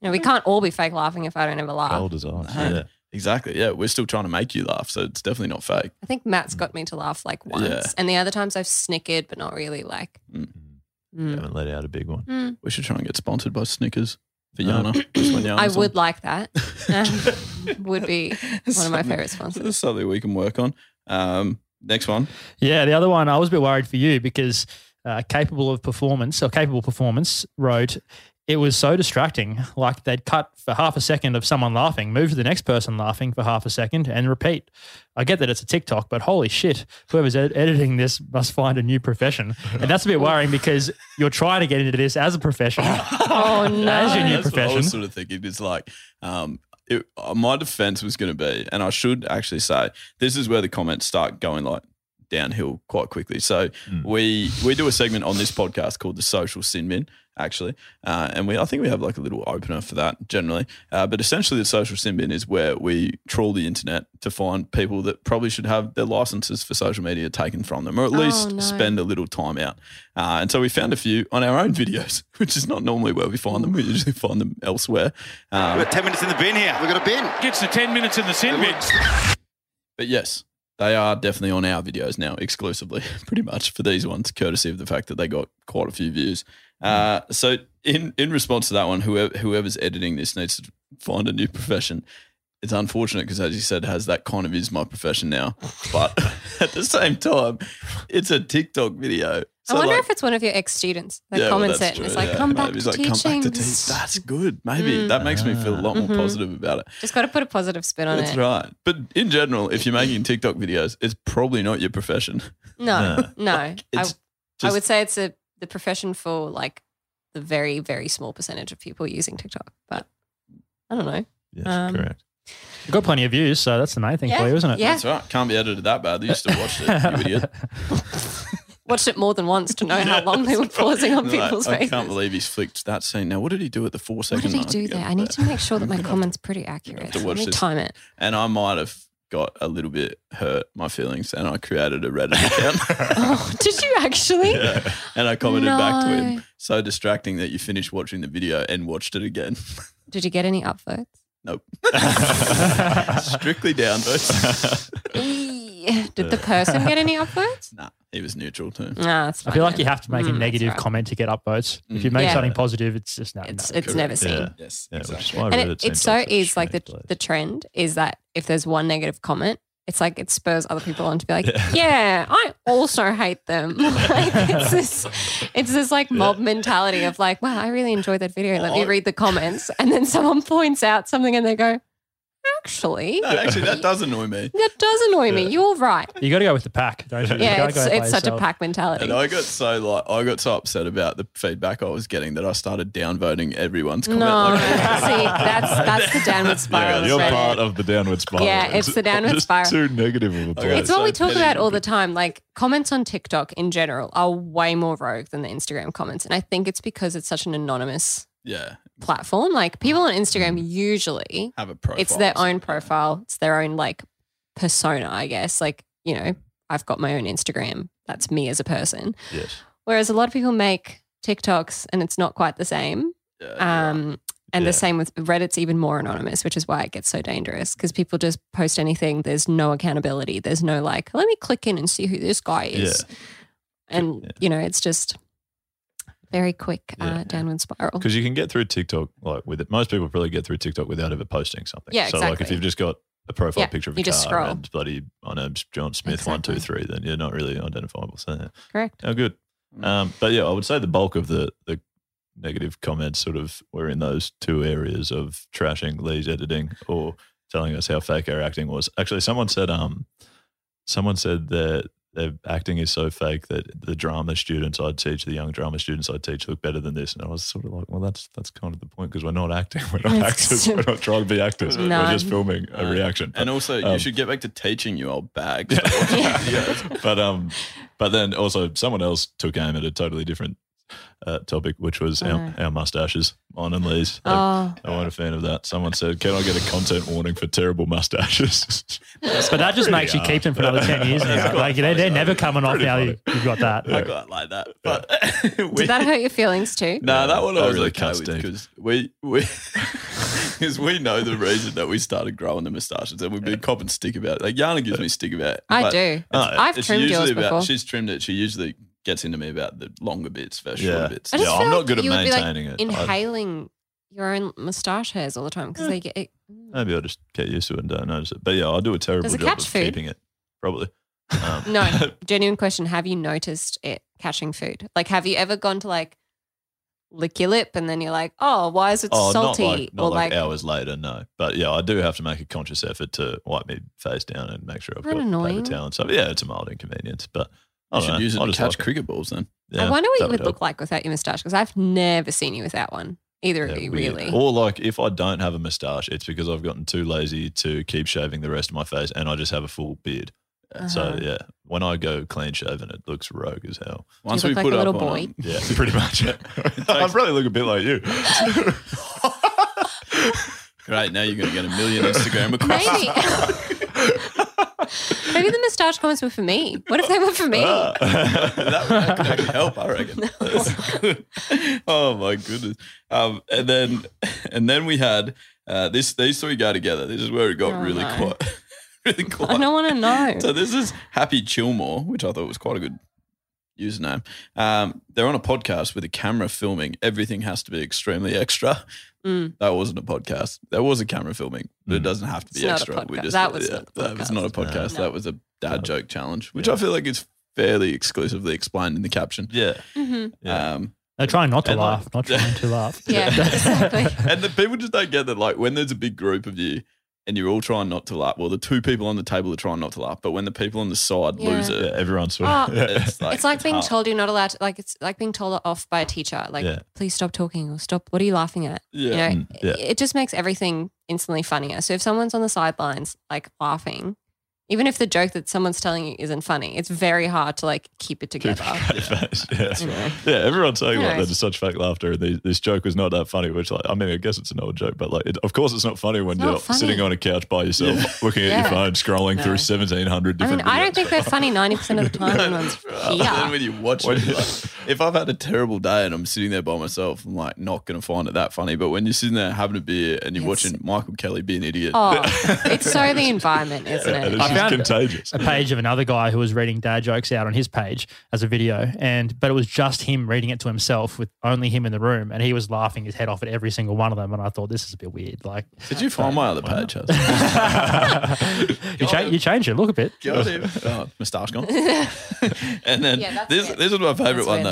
[SPEAKER 10] know, we can't all be fake laughing if I don't ever laugh.
[SPEAKER 3] cold as ice.
[SPEAKER 5] No.
[SPEAKER 3] Yeah.
[SPEAKER 5] Exactly. Yeah, we're still trying to make you laugh, so it's definitely not fake.
[SPEAKER 10] I think Matt's got me to laugh like once,
[SPEAKER 5] Yeah.
[SPEAKER 10] and the other times I've snickered, but not really like. Mm.
[SPEAKER 3] Haven't let out a big one.
[SPEAKER 10] Mm.
[SPEAKER 5] We should try and get sponsored by Snickers Uh, for
[SPEAKER 3] No.
[SPEAKER 5] Yana. Just when
[SPEAKER 10] I
[SPEAKER 5] Yana's on.
[SPEAKER 10] would like
[SPEAKER 5] <laughs>
[SPEAKER 10] that. Um, would be one of my favorite
[SPEAKER 5] So
[SPEAKER 10] sponsors.
[SPEAKER 5] This is something we can work on. Um, next one.
[SPEAKER 7] Yeah, the other one I was a bit worried for you because uh, capable of performance or capable performance wrote it was so distracting. Like they'd cut for half a second of someone laughing, move to the next person laughing for half a second, and repeat. I get that it's a TikTok, but holy shit, whoever's ed- editing this must find a new profession, and that's a bit worrying because you're trying to get into this as a profession.
[SPEAKER 10] <laughs> Oh
[SPEAKER 7] As your
[SPEAKER 10] no!
[SPEAKER 7] new
[SPEAKER 5] That's what I
[SPEAKER 7] profession.
[SPEAKER 5] was sort of thinking is like, um, it, uh, my defense was going to be, and I should actually say, this is where the comments start going like downhill quite quickly. So
[SPEAKER 7] Hmm.
[SPEAKER 5] we we do a segment on this podcast called the Social Sin Bin, actually, uh, and we I think we have like a little opener for that generally. Uh, but essentially, the Social Sin Bin is where we trawl the internet to find people that probably should have their licenses for social media taken from them, or at
[SPEAKER 10] Oh,
[SPEAKER 5] least
[SPEAKER 10] no.
[SPEAKER 5] spend a little time out. Uh, and so we found a few on our own <laughs> videos, which is not normally where we find them. We usually find them elsewhere. Um,
[SPEAKER 12] We've got 10 minutes in the bin here. We've got a bin. Gets to 10 minutes in the sin bin.
[SPEAKER 5] But yes, they are definitely on our videos now exclusively, <laughs> pretty much for these ones, courtesy of the fact that they got quite a few views.
[SPEAKER 3] Hmm.
[SPEAKER 5] Uh, so in in response to that one, whoever whoever's editing this needs to find a new profession. It's unfortunate because, as you said, has that kind of is my profession now. But <laughs> at the same time, it's a TikTok video.
[SPEAKER 10] I
[SPEAKER 5] So,
[SPEAKER 10] wonder
[SPEAKER 5] like-
[SPEAKER 10] if it's one of your ex students that
[SPEAKER 5] well,
[SPEAKER 10] comments
[SPEAKER 5] that's
[SPEAKER 10] it and it's
[SPEAKER 5] true,
[SPEAKER 10] like,
[SPEAKER 5] yeah.
[SPEAKER 10] "Come back
[SPEAKER 5] Maybe it's
[SPEAKER 10] to
[SPEAKER 5] like,
[SPEAKER 10] teaching."
[SPEAKER 5] come back to teach. That's good. Maybe
[SPEAKER 10] Mm.
[SPEAKER 5] that makes me feel a lot more
[SPEAKER 10] Mhm.
[SPEAKER 5] positive about it.
[SPEAKER 10] Just got to put a positive spin on
[SPEAKER 5] That's
[SPEAKER 10] it.
[SPEAKER 5] right. But in general, if you're making TikTok videos, it's probably not your profession.
[SPEAKER 10] No, no. I,
[SPEAKER 5] It's
[SPEAKER 10] I
[SPEAKER 5] just-
[SPEAKER 10] would say it's a the profession for like the very very small percentage of people using TikTok, but I don't know.
[SPEAKER 3] Yes,
[SPEAKER 10] Um,
[SPEAKER 3] correct.
[SPEAKER 7] You've got plenty of views, so that's the main thing
[SPEAKER 10] Yeah,
[SPEAKER 7] for you, isn't it?
[SPEAKER 10] yeah.
[SPEAKER 5] That's right. Can't be edited that badly. You still watched it, you
[SPEAKER 10] <laughs>
[SPEAKER 5] idiot.
[SPEAKER 10] Watched it more than once to know how
[SPEAKER 5] Yeah,
[SPEAKER 10] long they were
[SPEAKER 5] that's right.
[SPEAKER 10] pausing on
[SPEAKER 5] <laughs> Like,
[SPEAKER 10] people's
[SPEAKER 5] I
[SPEAKER 10] faces.
[SPEAKER 5] can't believe he's flicked that scene. Now, what did he do at the four
[SPEAKER 10] What
[SPEAKER 5] second
[SPEAKER 10] did he
[SPEAKER 5] mark?
[SPEAKER 10] do there? I need to make
[SPEAKER 3] <laughs>
[SPEAKER 10] sure that my
[SPEAKER 5] <laughs> gonna have
[SPEAKER 10] comment's pretty accurate.
[SPEAKER 5] to
[SPEAKER 10] Let
[SPEAKER 5] watch
[SPEAKER 10] me
[SPEAKER 5] this.
[SPEAKER 10] time it.
[SPEAKER 5] And I might have got a little bit hurt my feelings and I created a Reddit account
[SPEAKER 10] <laughs>
[SPEAKER 5] <laughs>
[SPEAKER 10] Oh, did you actually?
[SPEAKER 5] Yeah. and I commented back to
[SPEAKER 10] No.
[SPEAKER 5] him. So distracting that you finished watching the video and watched it again. <laughs>
[SPEAKER 10] Did you get any upvotes?
[SPEAKER 5] Nope. Strictly
[SPEAKER 3] <laughs>
[SPEAKER 5] downvotes.
[SPEAKER 10] Eee. Did the person get any upvotes?
[SPEAKER 5] nah, he was neutral too.
[SPEAKER 10] No, nah,
[SPEAKER 7] <laughs>
[SPEAKER 10] it's
[SPEAKER 7] I feel
[SPEAKER 10] fine
[SPEAKER 7] like
[SPEAKER 10] then.
[SPEAKER 7] you have to make
[SPEAKER 10] Mm,
[SPEAKER 7] a
[SPEAKER 10] that's
[SPEAKER 7] negative
[SPEAKER 10] right.
[SPEAKER 7] comment to get upvotes. If you
[SPEAKER 10] Mm.
[SPEAKER 7] make
[SPEAKER 10] Yeah.
[SPEAKER 7] something positive, it's just no.
[SPEAKER 10] It's
[SPEAKER 7] no.
[SPEAKER 10] it's never seen.
[SPEAKER 3] Yeah.
[SPEAKER 5] Yes.
[SPEAKER 3] Yeah, which is
[SPEAKER 5] exactly.
[SPEAKER 3] why
[SPEAKER 10] And
[SPEAKER 3] Reddit
[SPEAKER 10] it, it's
[SPEAKER 3] seems
[SPEAKER 10] so
[SPEAKER 3] such a
[SPEAKER 10] is like the
[SPEAKER 3] strange place.
[SPEAKER 10] the trend is that if there's one negative comment, it's like it spurs other people on to be like, yeah, I also hate them. <laughs> like it's this, it's this like mob mentality of like, wow, I really enjoyed that video. Let me read the comments, and then someone <laughs> points out something, and they go, actually,
[SPEAKER 5] No, actually, that does annoy me.
[SPEAKER 10] that does annoy me. You're right.
[SPEAKER 7] You got to go with the pack, don't you? you
[SPEAKER 10] Yeah,
[SPEAKER 7] gotta
[SPEAKER 10] it's,
[SPEAKER 7] go by
[SPEAKER 10] it's such a
[SPEAKER 7] yourself.
[SPEAKER 10] pack mentality.
[SPEAKER 5] And I got so like I got so upset about the feedback I was getting that I started downvoting everyone's
[SPEAKER 10] no,
[SPEAKER 5] comment. Like,
[SPEAKER 10] see, <laughs>
[SPEAKER 5] <laughs>
[SPEAKER 10] that's that's the downward spiral.
[SPEAKER 3] you're
[SPEAKER 10] of Reddit.
[SPEAKER 3] part of the downward spiral.
[SPEAKER 10] Yeah, it's
[SPEAKER 5] <laughs>
[SPEAKER 10] the downward
[SPEAKER 3] just
[SPEAKER 10] spiral.
[SPEAKER 3] Too negative of a
[SPEAKER 5] I got
[SPEAKER 3] place.
[SPEAKER 10] It's what we
[SPEAKER 5] so
[SPEAKER 10] talk about
[SPEAKER 5] petty.
[SPEAKER 10] all the time. Like comments on TikTok in general are way more rogue than the Instagram comments, and I think it's because it's such an anonymous
[SPEAKER 5] yeah,
[SPEAKER 10] platform. Like people on Instagram usually
[SPEAKER 5] have a profile.
[SPEAKER 10] it's their own profile, it's their own like persona, I guess. Like you know, I've got my own Instagram. That's me as a person.
[SPEAKER 3] Yes.
[SPEAKER 10] Whereas a lot of people make TikToks, and it's not quite the same. Um, and
[SPEAKER 3] Yeah.
[SPEAKER 10] the same with Reddit's even more anonymous, which is why it gets so dangerous because people just post anything. There's no accountability. There's no like, let me click in and see who this guy is. And, you know, it's just very quick uh, downward spiral.
[SPEAKER 3] Because you can get through TikTok like with it. Most people probably get through TikTok without ever posting something.
[SPEAKER 10] Yeah,
[SPEAKER 3] so like if
[SPEAKER 10] exactly.
[SPEAKER 3] you've just got a profile
[SPEAKER 10] Yeah,
[SPEAKER 3] picture of a
[SPEAKER 10] you
[SPEAKER 3] car
[SPEAKER 10] just scroll.
[SPEAKER 3] and bloody I know John Smith one two three, then you're not really identifiable. So yeah.
[SPEAKER 10] Correct. Mm.
[SPEAKER 3] Oh, good. Um, but yeah, I would say the bulk of the the negative comments sort of were in those two areas of trashing Lee's editing or telling us how fake our acting was. Actually, someone said um, someone said that their acting is so fake that the drama students I teach, the young drama students I teach, look better than this. And I was sort of like, well, that's that's kind of the point because we're not acting, <laughs> we're not
[SPEAKER 10] That's
[SPEAKER 3] actors, we're not trying to be actors, we're just
[SPEAKER 10] No.
[SPEAKER 3] filming a reaction.
[SPEAKER 5] And also,
[SPEAKER 3] um,
[SPEAKER 5] you should get back to teaching, you old bag.
[SPEAKER 10] <laughs>
[SPEAKER 3] but um, but then also someone else took aim at a totally different uh, topic, which was our, our mustaches, mine and Lee's. I,
[SPEAKER 10] Uh-huh. Oh.
[SPEAKER 3] I wasn't a fan of that. Someone said, "Can I get a content warning for terrible mustaches?" <laughs>
[SPEAKER 7] But that just
[SPEAKER 3] Pretty
[SPEAKER 7] makes you
[SPEAKER 3] hard.
[SPEAKER 7] keep them for another 10
[SPEAKER 5] <laughs>
[SPEAKER 7] years now. Like, they're, they're never coming off
[SPEAKER 3] Pretty
[SPEAKER 7] now.
[SPEAKER 3] funny.
[SPEAKER 7] You, you've got that.
[SPEAKER 5] I got like that. But <laughs>
[SPEAKER 10] Did that hurt your feelings too?
[SPEAKER 5] No, that one
[SPEAKER 3] that
[SPEAKER 5] I was really
[SPEAKER 3] really
[SPEAKER 5] okay
[SPEAKER 3] cuts
[SPEAKER 5] with
[SPEAKER 3] deep.
[SPEAKER 5] because we we <laughs> because we know the reason that we started growing the moustaches and we've been copping stick about it. Like Yana gives me stick about. it,
[SPEAKER 10] I
[SPEAKER 5] but
[SPEAKER 10] do.
[SPEAKER 5] it's-
[SPEAKER 3] Oh,
[SPEAKER 10] I've trimmed yours
[SPEAKER 5] usually
[SPEAKER 10] before.
[SPEAKER 5] about. She's trimmed it. She usually gets into me about the longer bits versus
[SPEAKER 3] Yeah.
[SPEAKER 5] shorter bits.
[SPEAKER 10] I just feel
[SPEAKER 3] I'm not
[SPEAKER 10] like
[SPEAKER 3] good at
[SPEAKER 10] you would be, like,
[SPEAKER 3] maintaining it. I-
[SPEAKER 10] Inhaling your own moustache hairs all the time
[SPEAKER 3] Mm.
[SPEAKER 10] because they get. It,
[SPEAKER 3] Maybe I'll just get used to it and don't notice it. But yeah, I'll do a terrible
[SPEAKER 10] Does it
[SPEAKER 3] job
[SPEAKER 10] catch
[SPEAKER 3] of
[SPEAKER 10] food?
[SPEAKER 3] keeping it. Probably.
[SPEAKER 5] <laughs>
[SPEAKER 3] Um, <laughs>
[SPEAKER 10] no, genuine question. Have you noticed it catching food? Like, have you ever gone to like lick your lip and then you're like, oh, why is it
[SPEAKER 3] oh,
[SPEAKER 10] salty?
[SPEAKER 3] not like, not
[SPEAKER 10] or
[SPEAKER 3] like, hours later, no. But yeah, I do have to make a conscious effort to wipe me face down and make sure I've
[SPEAKER 10] Isn't that
[SPEAKER 3] got
[SPEAKER 10] annoying?
[SPEAKER 3] paper towel and stuff. Yeah, it's a mild inconvenience, but I
[SPEAKER 5] You
[SPEAKER 3] don't
[SPEAKER 5] should
[SPEAKER 3] know.
[SPEAKER 5] use it to
[SPEAKER 3] I Oh, just
[SPEAKER 5] catch
[SPEAKER 3] like it.
[SPEAKER 5] cricket balls then.
[SPEAKER 3] Yeah,
[SPEAKER 10] I wonder what
[SPEAKER 3] that
[SPEAKER 10] you
[SPEAKER 3] would
[SPEAKER 10] would
[SPEAKER 3] help.
[SPEAKER 10] look like without your moustache because I've never seen you without one, either
[SPEAKER 3] Yeah,
[SPEAKER 10] of you,
[SPEAKER 3] weird.
[SPEAKER 10] really.
[SPEAKER 3] Or like if I don't have a moustache, it's because I've gotten too lazy to keep shaving the rest of my face and I just have a full beard. So
[SPEAKER 10] Uh-huh.
[SPEAKER 3] yeah, when I go clean shaven, it looks rogue as hell.
[SPEAKER 5] Once
[SPEAKER 10] look
[SPEAKER 5] we
[SPEAKER 10] like
[SPEAKER 5] put
[SPEAKER 10] a
[SPEAKER 5] up
[SPEAKER 10] little
[SPEAKER 5] on
[SPEAKER 10] boy.
[SPEAKER 5] it-
[SPEAKER 3] Yeah,
[SPEAKER 5] <laughs>
[SPEAKER 10] <laughs>
[SPEAKER 3] pretty much. I probably look a bit like you.
[SPEAKER 5] Great, now you're going to get a million Instagram requests.
[SPEAKER 10] <laughs> Maybe. Maybe the moustache comments were for me. What if they were for me?
[SPEAKER 5] Ah. <laughs> that, that could actually help, I
[SPEAKER 10] <laughs>
[SPEAKER 5] reckon. oh my goodness! Um, and then, and then we had uh, this. These three go together. This is where it got
[SPEAKER 10] Oh,
[SPEAKER 5] really
[SPEAKER 10] no.
[SPEAKER 5] quiet. <laughs> really quiet.
[SPEAKER 10] I don't want to know.
[SPEAKER 5] So this is Happy Chillmore, which I thought was quite a good username. Um, they're on a podcast with a camera filming. Everything has to be extremely extra.
[SPEAKER 10] Mm.
[SPEAKER 5] That wasn't a podcast. That was a camera filming, but
[SPEAKER 3] Mm.
[SPEAKER 5] it doesn't have to be
[SPEAKER 10] It's not a
[SPEAKER 5] extra.
[SPEAKER 10] podcast. That was not a
[SPEAKER 5] that was not a
[SPEAKER 10] podcast.
[SPEAKER 5] podcast.
[SPEAKER 10] No.
[SPEAKER 5] That was a dad joke challenge, which I feel like is fairly exclusively explained in the caption.
[SPEAKER 3] Yeah.
[SPEAKER 10] Mhm.
[SPEAKER 5] Um,
[SPEAKER 7] They're trying not to
[SPEAKER 5] And like-
[SPEAKER 7] laugh. Not trying to
[SPEAKER 5] <laughs>
[SPEAKER 7] laugh. <laughs>
[SPEAKER 10] Yeah, exactly.
[SPEAKER 5] and the people just don't get that. Like when there's a big group of you and you're all trying not to laugh. Well, the two people on the table are trying not to laugh, but when the people on the side
[SPEAKER 10] Yeah.
[SPEAKER 5] lose it,
[SPEAKER 3] Yeah, everyone's sort
[SPEAKER 10] Oh,
[SPEAKER 3] <laughs> of.
[SPEAKER 5] it's like,
[SPEAKER 10] it's like being
[SPEAKER 5] hard.
[SPEAKER 10] told you're not allowed to, like, it's like being told off by a teacher, like,
[SPEAKER 3] Yeah.
[SPEAKER 10] please stop talking or stop. What are you laughing at?
[SPEAKER 5] Yeah.
[SPEAKER 10] You know,
[SPEAKER 3] Mm, yeah.
[SPEAKER 10] it- it just makes everything instantly funnier. So if someone's on the sidelines, like, laughing, even if the joke that someone's telling you isn't funny, it's very hard to, like, keep it together.
[SPEAKER 3] <laughs> yeah.
[SPEAKER 10] Anyway.
[SPEAKER 3] yeah, everyone's saying like
[SPEAKER 10] Anyways.
[SPEAKER 3] that is such fake laughter, and the, this joke was not that funny. Which, like, I mean, I guess it's an old joke, but like, it, of course, it's not funny when
[SPEAKER 10] It's
[SPEAKER 3] you're
[SPEAKER 10] not funny.
[SPEAKER 3] sitting on a couch by yourself, looking at
[SPEAKER 10] Yeah.
[SPEAKER 3] your phone, scrolling
[SPEAKER 10] No.
[SPEAKER 3] through seventeen hundred
[SPEAKER 10] I mean,
[SPEAKER 3] different.
[SPEAKER 10] I don't
[SPEAKER 3] videos. <laughs>
[SPEAKER 10] think they're funny 90% of the time when one's
[SPEAKER 5] And then <laughs>
[SPEAKER 10] here.
[SPEAKER 5] when you watch
[SPEAKER 3] When-
[SPEAKER 5] it, you're like, if I've had a terrible day and I'm sitting there by myself, I'm like not gonna find it that funny. But when you're sitting there having a beer and you're
[SPEAKER 10] Yes.
[SPEAKER 5] watching Michael Kelly be an idiot, <laughs>
[SPEAKER 10] Oh, it's so the environment, isn't
[SPEAKER 5] Yeah,
[SPEAKER 10] it?
[SPEAKER 5] it's just
[SPEAKER 3] contagious.
[SPEAKER 7] A page of another guy who was reading dad jokes out on his page as a video, and but it was just him reading it to himself with only him in the room, and he was laughing his head off at every single one of them. And I thought this is a bit weird.
[SPEAKER 5] <laughs>
[SPEAKER 7] Like, <laughs>
[SPEAKER 5] did you find my other page? Hudson?
[SPEAKER 7] you, cha- you change it, look a bit.
[SPEAKER 5] Got him. Oh,
[SPEAKER 7] <laughs>
[SPEAKER 5] moustache gone. and then
[SPEAKER 7] Yeah, that's
[SPEAKER 5] this
[SPEAKER 7] it.
[SPEAKER 5] this is my favorite
[SPEAKER 7] That's
[SPEAKER 5] one
[SPEAKER 7] it.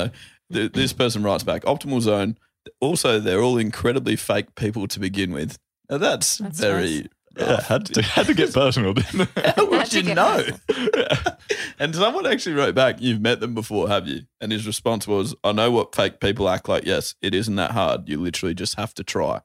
[SPEAKER 5] though. Th- This person writes back: Optimal Zone. Also, they're all incredibly fake people to begin with. Now that's, very.
[SPEAKER 3] Yeah, had to had
[SPEAKER 5] <laughs>
[SPEAKER 3] to get personal. Didn't it?
[SPEAKER 5] How would you know? <laughs> and someone actually wrote back, "You've met them before, have you?" And his response was, "I know what fake people act like. Yes, it isn't that hard. You literally just have to try."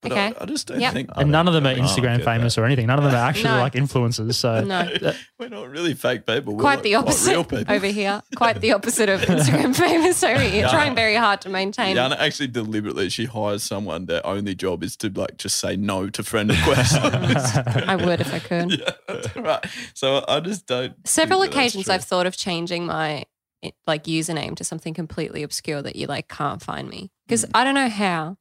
[SPEAKER 5] But I-
[SPEAKER 10] Okay.
[SPEAKER 5] I, just don't
[SPEAKER 10] Yep.
[SPEAKER 5] think.
[SPEAKER 7] And none of them are
[SPEAKER 5] don't
[SPEAKER 7] Instagram
[SPEAKER 5] get
[SPEAKER 7] famous or anything. None of them are actually
[SPEAKER 10] <laughs> No.
[SPEAKER 7] like influencers. So
[SPEAKER 10] No.
[SPEAKER 7] <laughs>
[SPEAKER 5] <laughs> We're not really fake people. We're
[SPEAKER 10] Quite
[SPEAKER 5] like-
[SPEAKER 10] the
[SPEAKER 5] like
[SPEAKER 10] opposite
[SPEAKER 5] real people.
[SPEAKER 10] over here. Quite the opposite of
[SPEAKER 5] <laughs>
[SPEAKER 10] Instagram famous over here.
[SPEAKER 5] Yeah.
[SPEAKER 10] Trying very hard to maintain.
[SPEAKER 5] Yana actually deliberately she hires someone. Their only job is to like just say no to friend
[SPEAKER 10] <laughs>
[SPEAKER 5] requests.
[SPEAKER 10] I
[SPEAKER 5] <laughs>
[SPEAKER 10] would if I could.
[SPEAKER 5] right. So I just don't.
[SPEAKER 10] Several
[SPEAKER 5] think that that's
[SPEAKER 10] occasions
[SPEAKER 5] true.
[SPEAKER 10] I've thought of changing my i- like username to something completely obscure that you like can't find me because
[SPEAKER 5] Hmm.
[SPEAKER 10] I don't know how.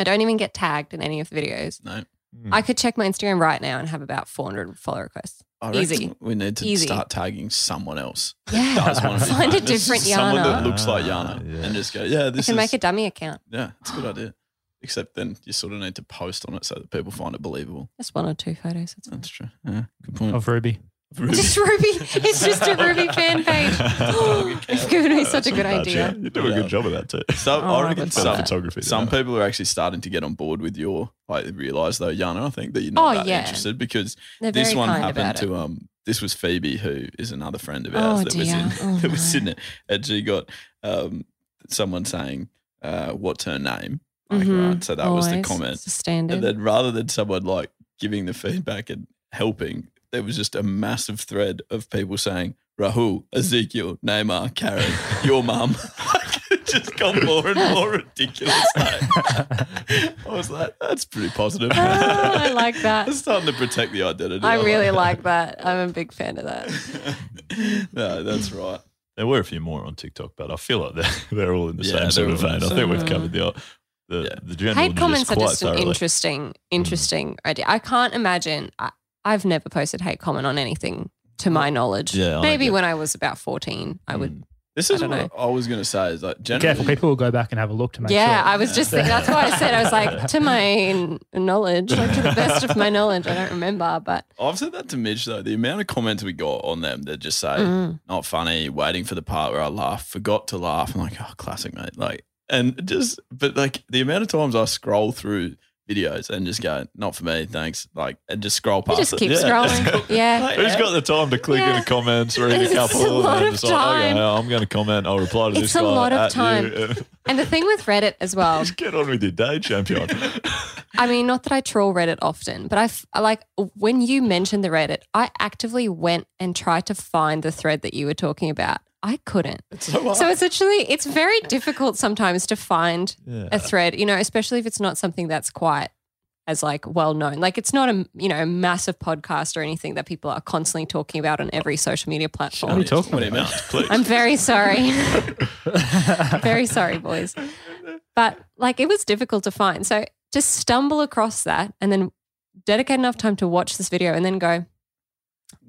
[SPEAKER 10] I don't even get tagged in any of the videos.
[SPEAKER 5] No.
[SPEAKER 10] I could check my Instagram right now and have about 400 follow requests.
[SPEAKER 5] I reckon
[SPEAKER 10] Easy.
[SPEAKER 5] We need to
[SPEAKER 10] Easy.
[SPEAKER 5] start tagging someone else.
[SPEAKER 10] Yeah.
[SPEAKER 5] That was one of
[SPEAKER 10] <laughs>
[SPEAKER 5] my- <laughs>
[SPEAKER 10] Find a Ah,
[SPEAKER 5] just
[SPEAKER 10] different
[SPEAKER 5] Someone that
[SPEAKER 10] Yana.
[SPEAKER 5] looks like Yana, and just go, yeah,
[SPEAKER 10] I
[SPEAKER 5] this
[SPEAKER 10] can
[SPEAKER 5] is.
[SPEAKER 10] make a dummy account.
[SPEAKER 5] <laughs> yeah, it's a good idea. Except then you sort of need to post on it so that people find it believable.
[SPEAKER 10] Just one or two photos. That's,
[SPEAKER 5] That's true. Yeah, good point.
[SPEAKER 7] Of Ruby.
[SPEAKER 10] Just Ruby. It's just a Ruby
[SPEAKER 5] <laughs>
[SPEAKER 10] fan
[SPEAKER 3] <laughs>
[SPEAKER 10] page. <gasps> You've given me such a good idea.
[SPEAKER 3] You do a good job of
[SPEAKER 5] <laughs>
[SPEAKER 3] that too.
[SPEAKER 5] So
[SPEAKER 10] Oh, I
[SPEAKER 5] I reckon
[SPEAKER 10] would
[SPEAKER 5] some,
[SPEAKER 10] love that.
[SPEAKER 6] <laughs>
[SPEAKER 3] Photography,
[SPEAKER 5] some
[SPEAKER 3] yeah.
[SPEAKER 5] people are actually starting to get on board with your. I realise though, Yana, I think that you're not
[SPEAKER 10] Oh,
[SPEAKER 5] that
[SPEAKER 10] yeah.
[SPEAKER 5] interested because
[SPEAKER 10] They're
[SPEAKER 5] this
[SPEAKER 10] very
[SPEAKER 5] one
[SPEAKER 10] kind about
[SPEAKER 5] happened to
[SPEAKER 10] it.
[SPEAKER 5] um. This was Phoebe, who is another friend of
[SPEAKER 10] Oh,
[SPEAKER 5] ours that was
[SPEAKER 10] dear.
[SPEAKER 5] in <laughs>
[SPEAKER 10] Oh,
[SPEAKER 5] that was in it, and she got um someone saying, uh, "What's her name?" Like,
[SPEAKER 10] Mhm.
[SPEAKER 5] right, so that was the
[SPEAKER 10] Always.
[SPEAKER 5] comment.
[SPEAKER 10] It's a standard.
[SPEAKER 5] And then rather than someone like giving the feedback and helping, there was just a massive thread of people saying, Rahul, Ezekiel, Neymar, Karen, your mum. <laughs> it just got more and more ridiculous. like. I was like, that's pretty positive.
[SPEAKER 10] <laughs> I like that.
[SPEAKER 5] <laughs> it's starting to protect the identity.
[SPEAKER 10] I
[SPEAKER 5] I'm
[SPEAKER 10] really like that. I'm a big fan of that.
[SPEAKER 5] <laughs> No, that's right.
[SPEAKER 3] There were a few more on TikTok, but I feel like they're, <laughs> they're all in the
[SPEAKER 5] Yeah,
[SPEAKER 3] same sort
[SPEAKER 5] they're
[SPEAKER 3] of
[SPEAKER 5] all in
[SPEAKER 3] vein.
[SPEAKER 5] the
[SPEAKER 3] I
[SPEAKER 5] same
[SPEAKER 3] think we've
[SPEAKER 10] vein.
[SPEAKER 3] covered the the, the general
[SPEAKER 10] Hate
[SPEAKER 3] gist
[SPEAKER 10] comments are
[SPEAKER 3] quite
[SPEAKER 10] just an
[SPEAKER 3] thoroughly.
[SPEAKER 10] interesting, interesting idea. I can't imagine. I, I've never posted hate comment on anything to my knowledge.
[SPEAKER 5] Yeah, I
[SPEAKER 10] Maybe
[SPEAKER 5] get-
[SPEAKER 10] when I was about 14, I would.
[SPEAKER 5] This is
[SPEAKER 10] I don't
[SPEAKER 5] what
[SPEAKER 10] know.
[SPEAKER 5] I was going to say is like,
[SPEAKER 7] Be
[SPEAKER 5] generally,
[SPEAKER 7] careful, people will go back and have a look to make
[SPEAKER 10] Yeah,
[SPEAKER 7] sure.
[SPEAKER 10] I was just thinking. That's what I said. I was
[SPEAKER 5] Mm.
[SPEAKER 10] like, to my <laughs> n- knowledge, like to the best of my knowledge, I don't remember, but
[SPEAKER 5] I've said that to Mitch though. The amount of comments we got on them that just say
[SPEAKER 10] Mm.
[SPEAKER 5] not funny, waiting for the part where I laugh, forgot to laugh. I'm like, oh, classic, mate. Like, and just but like the amount of times I scroll through videos and just go, not for me, thanks. Like, and just scroll
[SPEAKER 10] you
[SPEAKER 5] past.
[SPEAKER 10] just
[SPEAKER 5] it.
[SPEAKER 10] keep
[SPEAKER 5] <laughs>
[SPEAKER 10] scrolling. Yeah.
[SPEAKER 3] Who's got the time to click in
[SPEAKER 10] Yeah.
[SPEAKER 3] the comments, read
[SPEAKER 10] It's
[SPEAKER 3] a
[SPEAKER 10] a
[SPEAKER 3] couple,
[SPEAKER 10] lot
[SPEAKER 3] and
[SPEAKER 10] of
[SPEAKER 3] just like,
[SPEAKER 10] time.
[SPEAKER 3] okay, I'm going to comment, I'll reply to
[SPEAKER 10] It's
[SPEAKER 3] this
[SPEAKER 10] a
[SPEAKER 3] guy.
[SPEAKER 10] lot of
[SPEAKER 3] at you,
[SPEAKER 10] time.
[SPEAKER 3] and
[SPEAKER 10] And the thing with Reddit as well,
[SPEAKER 3] <laughs> just get on with your
[SPEAKER 10] <laughs>
[SPEAKER 3] day, champion.
[SPEAKER 10] I mean, not that I trawl Reddit often, but I f- I like when you mentioned the Reddit, I actively went and tried to find the thread that you were talking about. I couldn't.
[SPEAKER 5] hard.
[SPEAKER 10] So it's actually it's very difficult sometimes to find
[SPEAKER 5] Yeah.
[SPEAKER 10] a thread, you know, especially if it's not something that's quite as like well known. Like it's not a you know massive podcast or anything that people are constantly talking about on every social media platform.
[SPEAKER 7] What are you talking about?
[SPEAKER 10] I'm very sorry. <laughs> very sorry,
[SPEAKER 5] <laughs>
[SPEAKER 10] boys. But like it was difficult to find. So to stumble across that and then dedicate enough time to watch this video and then go,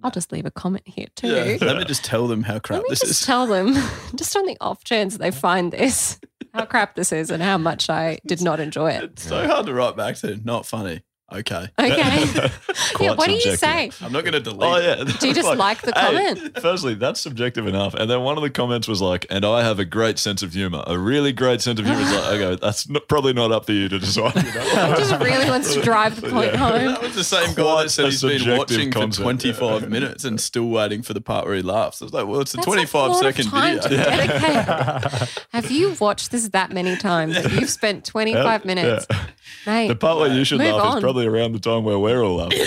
[SPEAKER 10] I'll just leave a comment here too.
[SPEAKER 5] Yeah. Let me just tell them how crap
[SPEAKER 10] Let me
[SPEAKER 5] this
[SPEAKER 10] just
[SPEAKER 5] is.
[SPEAKER 10] tell them, just on the off chance they find this, how crap this is and how much I did not enjoy it.
[SPEAKER 5] so hard to write back to. Not funny. Okay. <laughs>
[SPEAKER 10] Okay. yeah,
[SPEAKER 3] Quite
[SPEAKER 10] what do you
[SPEAKER 3] subjective.
[SPEAKER 10] say?
[SPEAKER 5] I'm not going to delete.
[SPEAKER 3] Oh yeah.
[SPEAKER 10] Do
[SPEAKER 3] <laughs>
[SPEAKER 10] you just like the comment?
[SPEAKER 3] Firstly, that's subjective enough. And then one of the comments was like, "And I have a great sense of humor, a really great sense of humor." It's like, okay, that's not, probably not up to you to decide. You know?
[SPEAKER 10] <laughs> Just really wants to drive the point home.
[SPEAKER 5] <laughs> That was the same guy
[SPEAKER 3] Quite
[SPEAKER 5] that said
[SPEAKER 3] a
[SPEAKER 5] he's been
[SPEAKER 3] subjective
[SPEAKER 5] watching for
[SPEAKER 3] concept,
[SPEAKER 5] 25
[SPEAKER 3] <laughs>
[SPEAKER 5] minutes and still waiting for the part where he laughs. I was like, well, it's a
[SPEAKER 10] That's a lot
[SPEAKER 5] 25
[SPEAKER 10] of
[SPEAKER 5] second
[SPEAKER 10] time to
[SPEAKER 5] video.
[SPEAKER 3] <laughs>
[SPEAKER 10] Have you watched this that many
[SPEAKER 5] <laughs>
[SPEAKER 10] times? that You've spent 25 minutes.
[SPEAKER 3] Yeah.
[SPEAKER 10] Mate,
[SPEAKER 3] The part where you should
[SPEAKER 10] move
[SPEAKER 3] laugh is
[SPEAKER 10] on.
[SPEAKER 6] <laughs>
[SPEAKER 5] <laughs>
[SPEAKER 3] probably around the time where we're all laughing.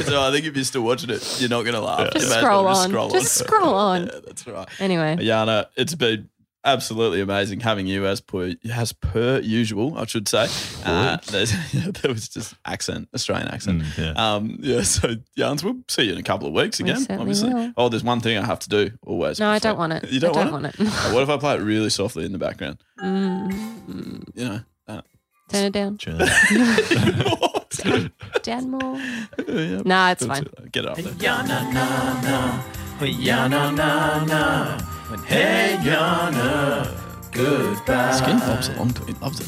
[SPEAKER 5] so I think if you're still watching it, you're not going to laugh.
[SPEAKER 10] just
[SPEAKER 5] You may as well <laughs>
[SPEAKER 10] scroll on. Just scroll on.
[SPEAKER 5] That's right.
[SPEAKER 10] Anyway,
[SPEAKER 5] Yana, it's been absolutely amazing having you as per as per usual, I should say. Uh, <laughs> there's, there was just accent, Australian accent.
[SPEAKER 6] Mm,
[SPEAKER 5] Um, yeah. So Yarns, we'll see you in a couple of weeks
[SPEAKER 10] We
[SPEAKER 5] again.
[SPEAKER 10] certainly
[SPEAKER 5] obviously.
[SPEAKER 10] will.
[SPEAKER 5] Oh, there's one thing I have to do always.
[SPEAKER 10] No, I
[SPEAKER 5] before-
[SPEAKER 10] don't want it.
[SPEAKER 5] You don't,
[SPEAKER 10] I don't
[SPEAKER 5] want,
[SPEAKER 10] want
[SPEAKER 5] <laughs> it. what if I play it really softly in the background?
[SPEAKER 10] Mm.
[SPEAKER 5] You know. Uh,
[SPEAKER 10] Turn it down. <laughs> down
[SPEAKER 5] <laughs>
[SPEAKER 10] more. Nah, it's fine.
[SPEAKER 5] Get it up there.
[SPEAKER 13] Ya na na na, ya na na na, hey Yana, goodbye.
[SPEAKER 5] Skin bobs along to it. He Loves it.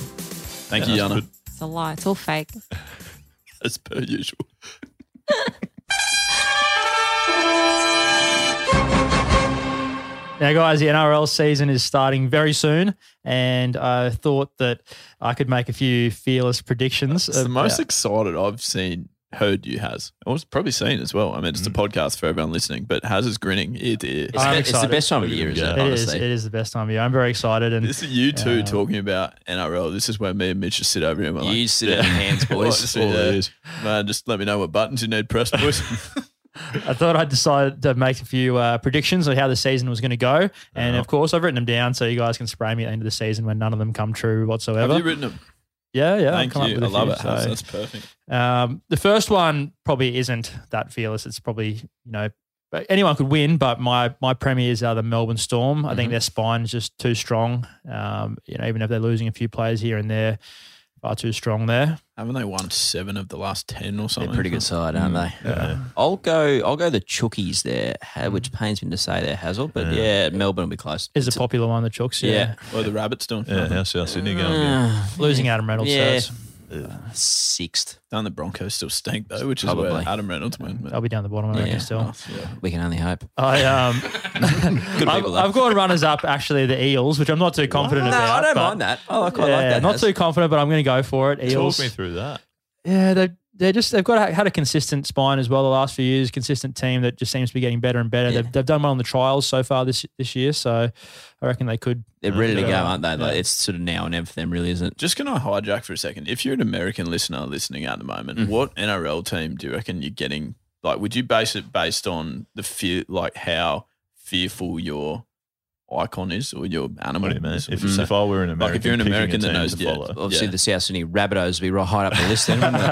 [SPEAKER 5] Thank
[SPEAKER 10] Yeah,
[SPEAKER 5] you,
[SPEAKER 10] that's
[SPEAKER 5] Yana.
[SPEAKER 10] It's a lie. It's all fake.
[SPEAKER 5] <laughs> As per usual.
[SPEAKER 7] <laughs> Now, guys, the NRL season is starting very soon, and I thought that I could make a few fearless predictions.
[SPEAKER 5] It's the Uh, most
[SPEAKER 7] about-
[SPEAKER 5] excited I've seen, heard you has. I was probably seen as well. I mean, it's a
[SPEAKER 3] Mm.
[SPEAKER 5] podcast for everyone listening, but Has is grinning ear to ear.
[SPEAKER 7] It's I'm the- it's the excited. best
[SPEAKER 6] time of year, isn't
[SPEAKER 7] It is. It is the best time of year. I'm very excited, and
[SPEAKER 5] This is you two talking about NRL. This is where me and Mitch just sit over here. And we're
[SPEAKER 6] You
[SPEAKER 5] like,
[SPEAKER 6] sit on your
[SPEAKER 5] <laughs>
[SPEAKER 6] hands, boys.
[SPEAKER 5] just,
[SPEAKER 6] All
[SPEAKER 5] yeah.
[SPEAKER 6] it is.
[SPEAKER 5] Man, just let me know what buttons you need pressed,
[SPEAKER 3] <laughs>
[SPEAKER 5] boys.
[SPEAKER 7] I thought I'd decide to make a few uh, predictions on how the season was going to go,
[SPEAKER 5] Uh-huh.
[SPEAKER 7] and of course, I've written them down so you guys can spray me at the end of the season when none of them come true whatsoever.
[SPEAKER 5] Have you written them?
[SPEAKER 7] Yeah, yeah. I've
[SPEAKER 5] Thank
[SPEAKER 7] come up
[SPEAKER 5] you.
[SPEAKER 7] with a
[SPEAKER 5] I love
[SPEAKER 7] few,
[SPEAKER 5] it. Has.
[SPEAKER 7] so-
[SPEAKER 5] That's perfect.
[SPEAKER 7] Um, the first one probably isn't that fearless. It's probably you know but anyone could win, but my my premiers are the Melbourne Storm. I
[SPEAKER 5] Mm-hmm.
[SPEAKER 7] think their spine is just too strong. Um, you know, even if they're losing a few players here and there, far too strong there.
[SPEAKER 5] Haven't they won seven of the last ten or something?
[SPEAKER 6] pretty good side, aren't
[SPEAKER 5] Mm.
[SPEAKER 6] they? I'll go. I'll go the Chookies there, ha- which pains me to say there, Hazel, but yeah, Melbourne will be close.
[SPEAKER 7] Is a popular one, the Chooks. Yeah,
[SPEAKER 6] Yeah.
[SPEAKER 5] Well, the rabbits doing.
[SPEAKER 3] Yeah, how's South Sydney going?
[SPEAKER 6] Uh,
[SPEAKER 7] losing Adam Reynolds. so
[SPEAKER 6] Yeah,
[SPEAKER 7] it's-
[SPEAKER 6] sixth.
[SPEAKER 5] And the Broncos still stink though, which is where
[SPEAKER 6] Probably.
[SPEAKER 5] Adam Reynolds went. but-
[SPEAKER 7] they'll be down the bottom. I reckon still.
[SPEAKER 6] We can only hope.
[SPEAKER 7] I um,
[SPEAKER 6] Good
[SPEAKER 7] I've,
[SPEAKER 6] people, though.
[SPEAKER 7] I've got runners up actually the Eels, which I'm not too confident
[SPEAKER 6] No,
[SPEAKER 7] about.
[SPEAKER 6] I don't
[SPEAKER 7] but-
[SPEAKER 6] mind that. Oh, I like- I like that,
[SPEAKER 7] Not
[SPEAKER 6] Naz.
[SPEAKER 7] too confident, but I'm going to go for it. Eels.
[SPEAKER 3] Talk me through that.
[SPEAKER 7] Yeah, they they just they've got had a consistent spine as well the last few years. Consistent team that just seems to be getting better and better. They've, they've done well on the trials so far this this year, so I reckon they could.
[SPEAKER 6] They're ready to
[SPEAKER 7] Yeah.
[SPEAKER 6] go, aren't they? Like
[SPEAKER 7] Yeah.
[SPEAKER 6] it's sort of now and ever for them, really, isn't it?
[SPEAKER 5] Just can I hijack for a second? If you're an American listener listening at the moment,
[SPEAKER 3] Mm.
[SPEAKER 5] what NRL team do you reckon you're getting? Like, would you base it based on the fear, like how fearful your icon is or your animal?
[SPEAKER 3] What do you mean?
[SPEAKER 5] is?
[SPEAKER 3] If-
[SPEAKER 5] So-
[SPEAKER 3] if I were an
[SPEAKER 5] like if you're an
[SPEAKER 3] American,
[SPEAKER 5] American
[SPEAKER 3] picking
[SPEAKER 5] that
[SPEAKER 3] a
[SPEAKER 5] knows,
[SPEAKER 3] team to
[SPEAKER 5] yeah,
[SPEAKER 3] follow.
[SPEAKER 6] Obviously,
[SPEAKER 5] yeah.
[SPEAKER 6] the South Sydney Rabbitohs will be right high up the list. Then, wouldn't they?
[SPEAKER 3] <laughs>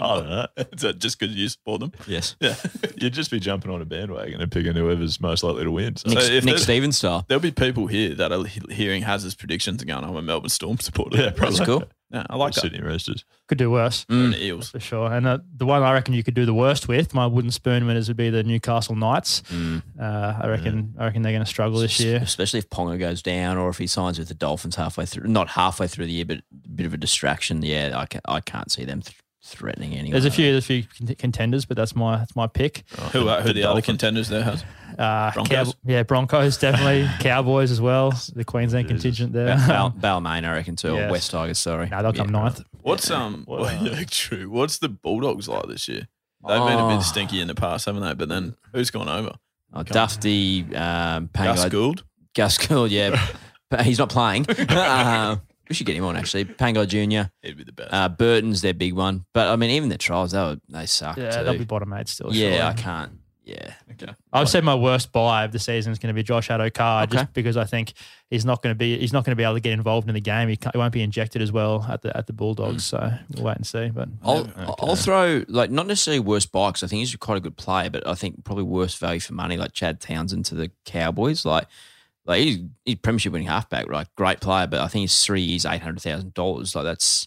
[SPEAKER 3] I don't know.
[SPEAKER 5] <laughs> Is that just because you support
[SPEAKER 3] <laughs>
[SPEAKER 5] them?
[SPEAKER 6] yes.
[SPEAKER 5] Yeah. <laughs>
[SPEAKER 3] You'd just be jumping on a bandwagon and picking whoever's most likely to win. So
[SPEAKER 6] Nick,
[SPEAKER 5] if
[SPEAKER 6] Nick
[SPEAKER 5] there's-
[SPEAKER 6] Stevens style.
[SPEAKER 5] There'll be people here that are he- hearing Hazard's predictions and going, "I'm a Melbourne Storm supporter."
[SPEAKER 3] Yeah, probably.
[SPEAKER 6] That's cool. Mm.
[SPEAKER 5] Yeah, I like that.
[SPEAKER 3] Sydney Roosters.
[SPEAKER 7] Could do worse
[SPEAKER 3] Mm.
[SPEAKER 5] And the Eels.
[SPEAKER 7] for sure. And uh, the one I reckon you could do the worst with, my wooden spoon winners would be the Newcastle Knights. Uh, I reckon I reckon they're going to struggle <laughs> this year.
[SPEAKER 6] Especially if Ponga goes down or if he signs with the Dolphins halfway through, not halfway through the year, but a bit of a distraction. Yeah, I, ca- I can't see them th- threatening anyone.
[SPEAKER 7] There's a few there's a few con- contenders, but that's my that's my pick.
[SPEAKER 5] Who are who are Oh, the other contenders there? Haz?
[SPEAKER 7] Uh,
[SPEAKER 5] Broncos?
[SPEAKER 7] Cow- yeah, Broncos
[SPEAKER 6] <laughs>
[SPEAKER 7] definitely. Cowboys as well. The Queensland contingent there. <laughs>
[SPEAKER 6] Bal- Balmain, I reckon, too.
[SPEAKER 7] Yes.
[SPEAKER 6] Or West Tigers, sorry.
[SPEAKER 7] no, they'll come ninth.
[SPEAKER 5] What's um? well, yeah, true. What's the Bulldogs like this year? They've been a
[SPEAKER 6] Oh.
[SPEAKER 5] bit stinky in the past, haven't they? But then who's gone over?
[SPEAKER 6] Oh, Dufty, um, Pangai-
[SPEAKER 5] Gus Gould.
[SPEAKER 6] Gus
[SPEAKER 7] <laughs>
[SPEAKER 6] Gould, yeah. but he's not playing. uh, we should get him on, actually. Pango Jr.
[SPEAKER 5] He'd be the best.
[SPEAKER 6] Uh, Burton's their big one. But, I mean, even the trials, they, were, they suck,
[SPEAKER 7] Yeah,
[SPEAKER 6] too.
[SPEAKER 7] they'll be bottom eight still.
[SPEAKER 6] yeah,
[SPEAKER 7] surely.
[SPEAKER 6] I can't. Yeah.
[SPEAKER 5] Okay.
[SPEAKER 7] I've said my worst buy of the season is going to be Josh Adokar,
[SPEAKER 6] Okay.
[SPEAKER 7] just because I think he's not going to be he's not going to be able to get involved in the game. He, can't, he won't be injected as well at the at the Bulldogs.
[SPEAKER 6] Hmm.
[SPEAKER 7] So we'll wait and see. But
[SPEAKER 6] I'll, I'll throw like not necessarily worst buy 'cause I think he's quite a good player, but I think probably worst value for money like Chad Townsend to the Cowboys. Like, like he's, he's premiership winning halfback, right? Great player, but I think he's three years, eight hundred thousand dollars. Like that's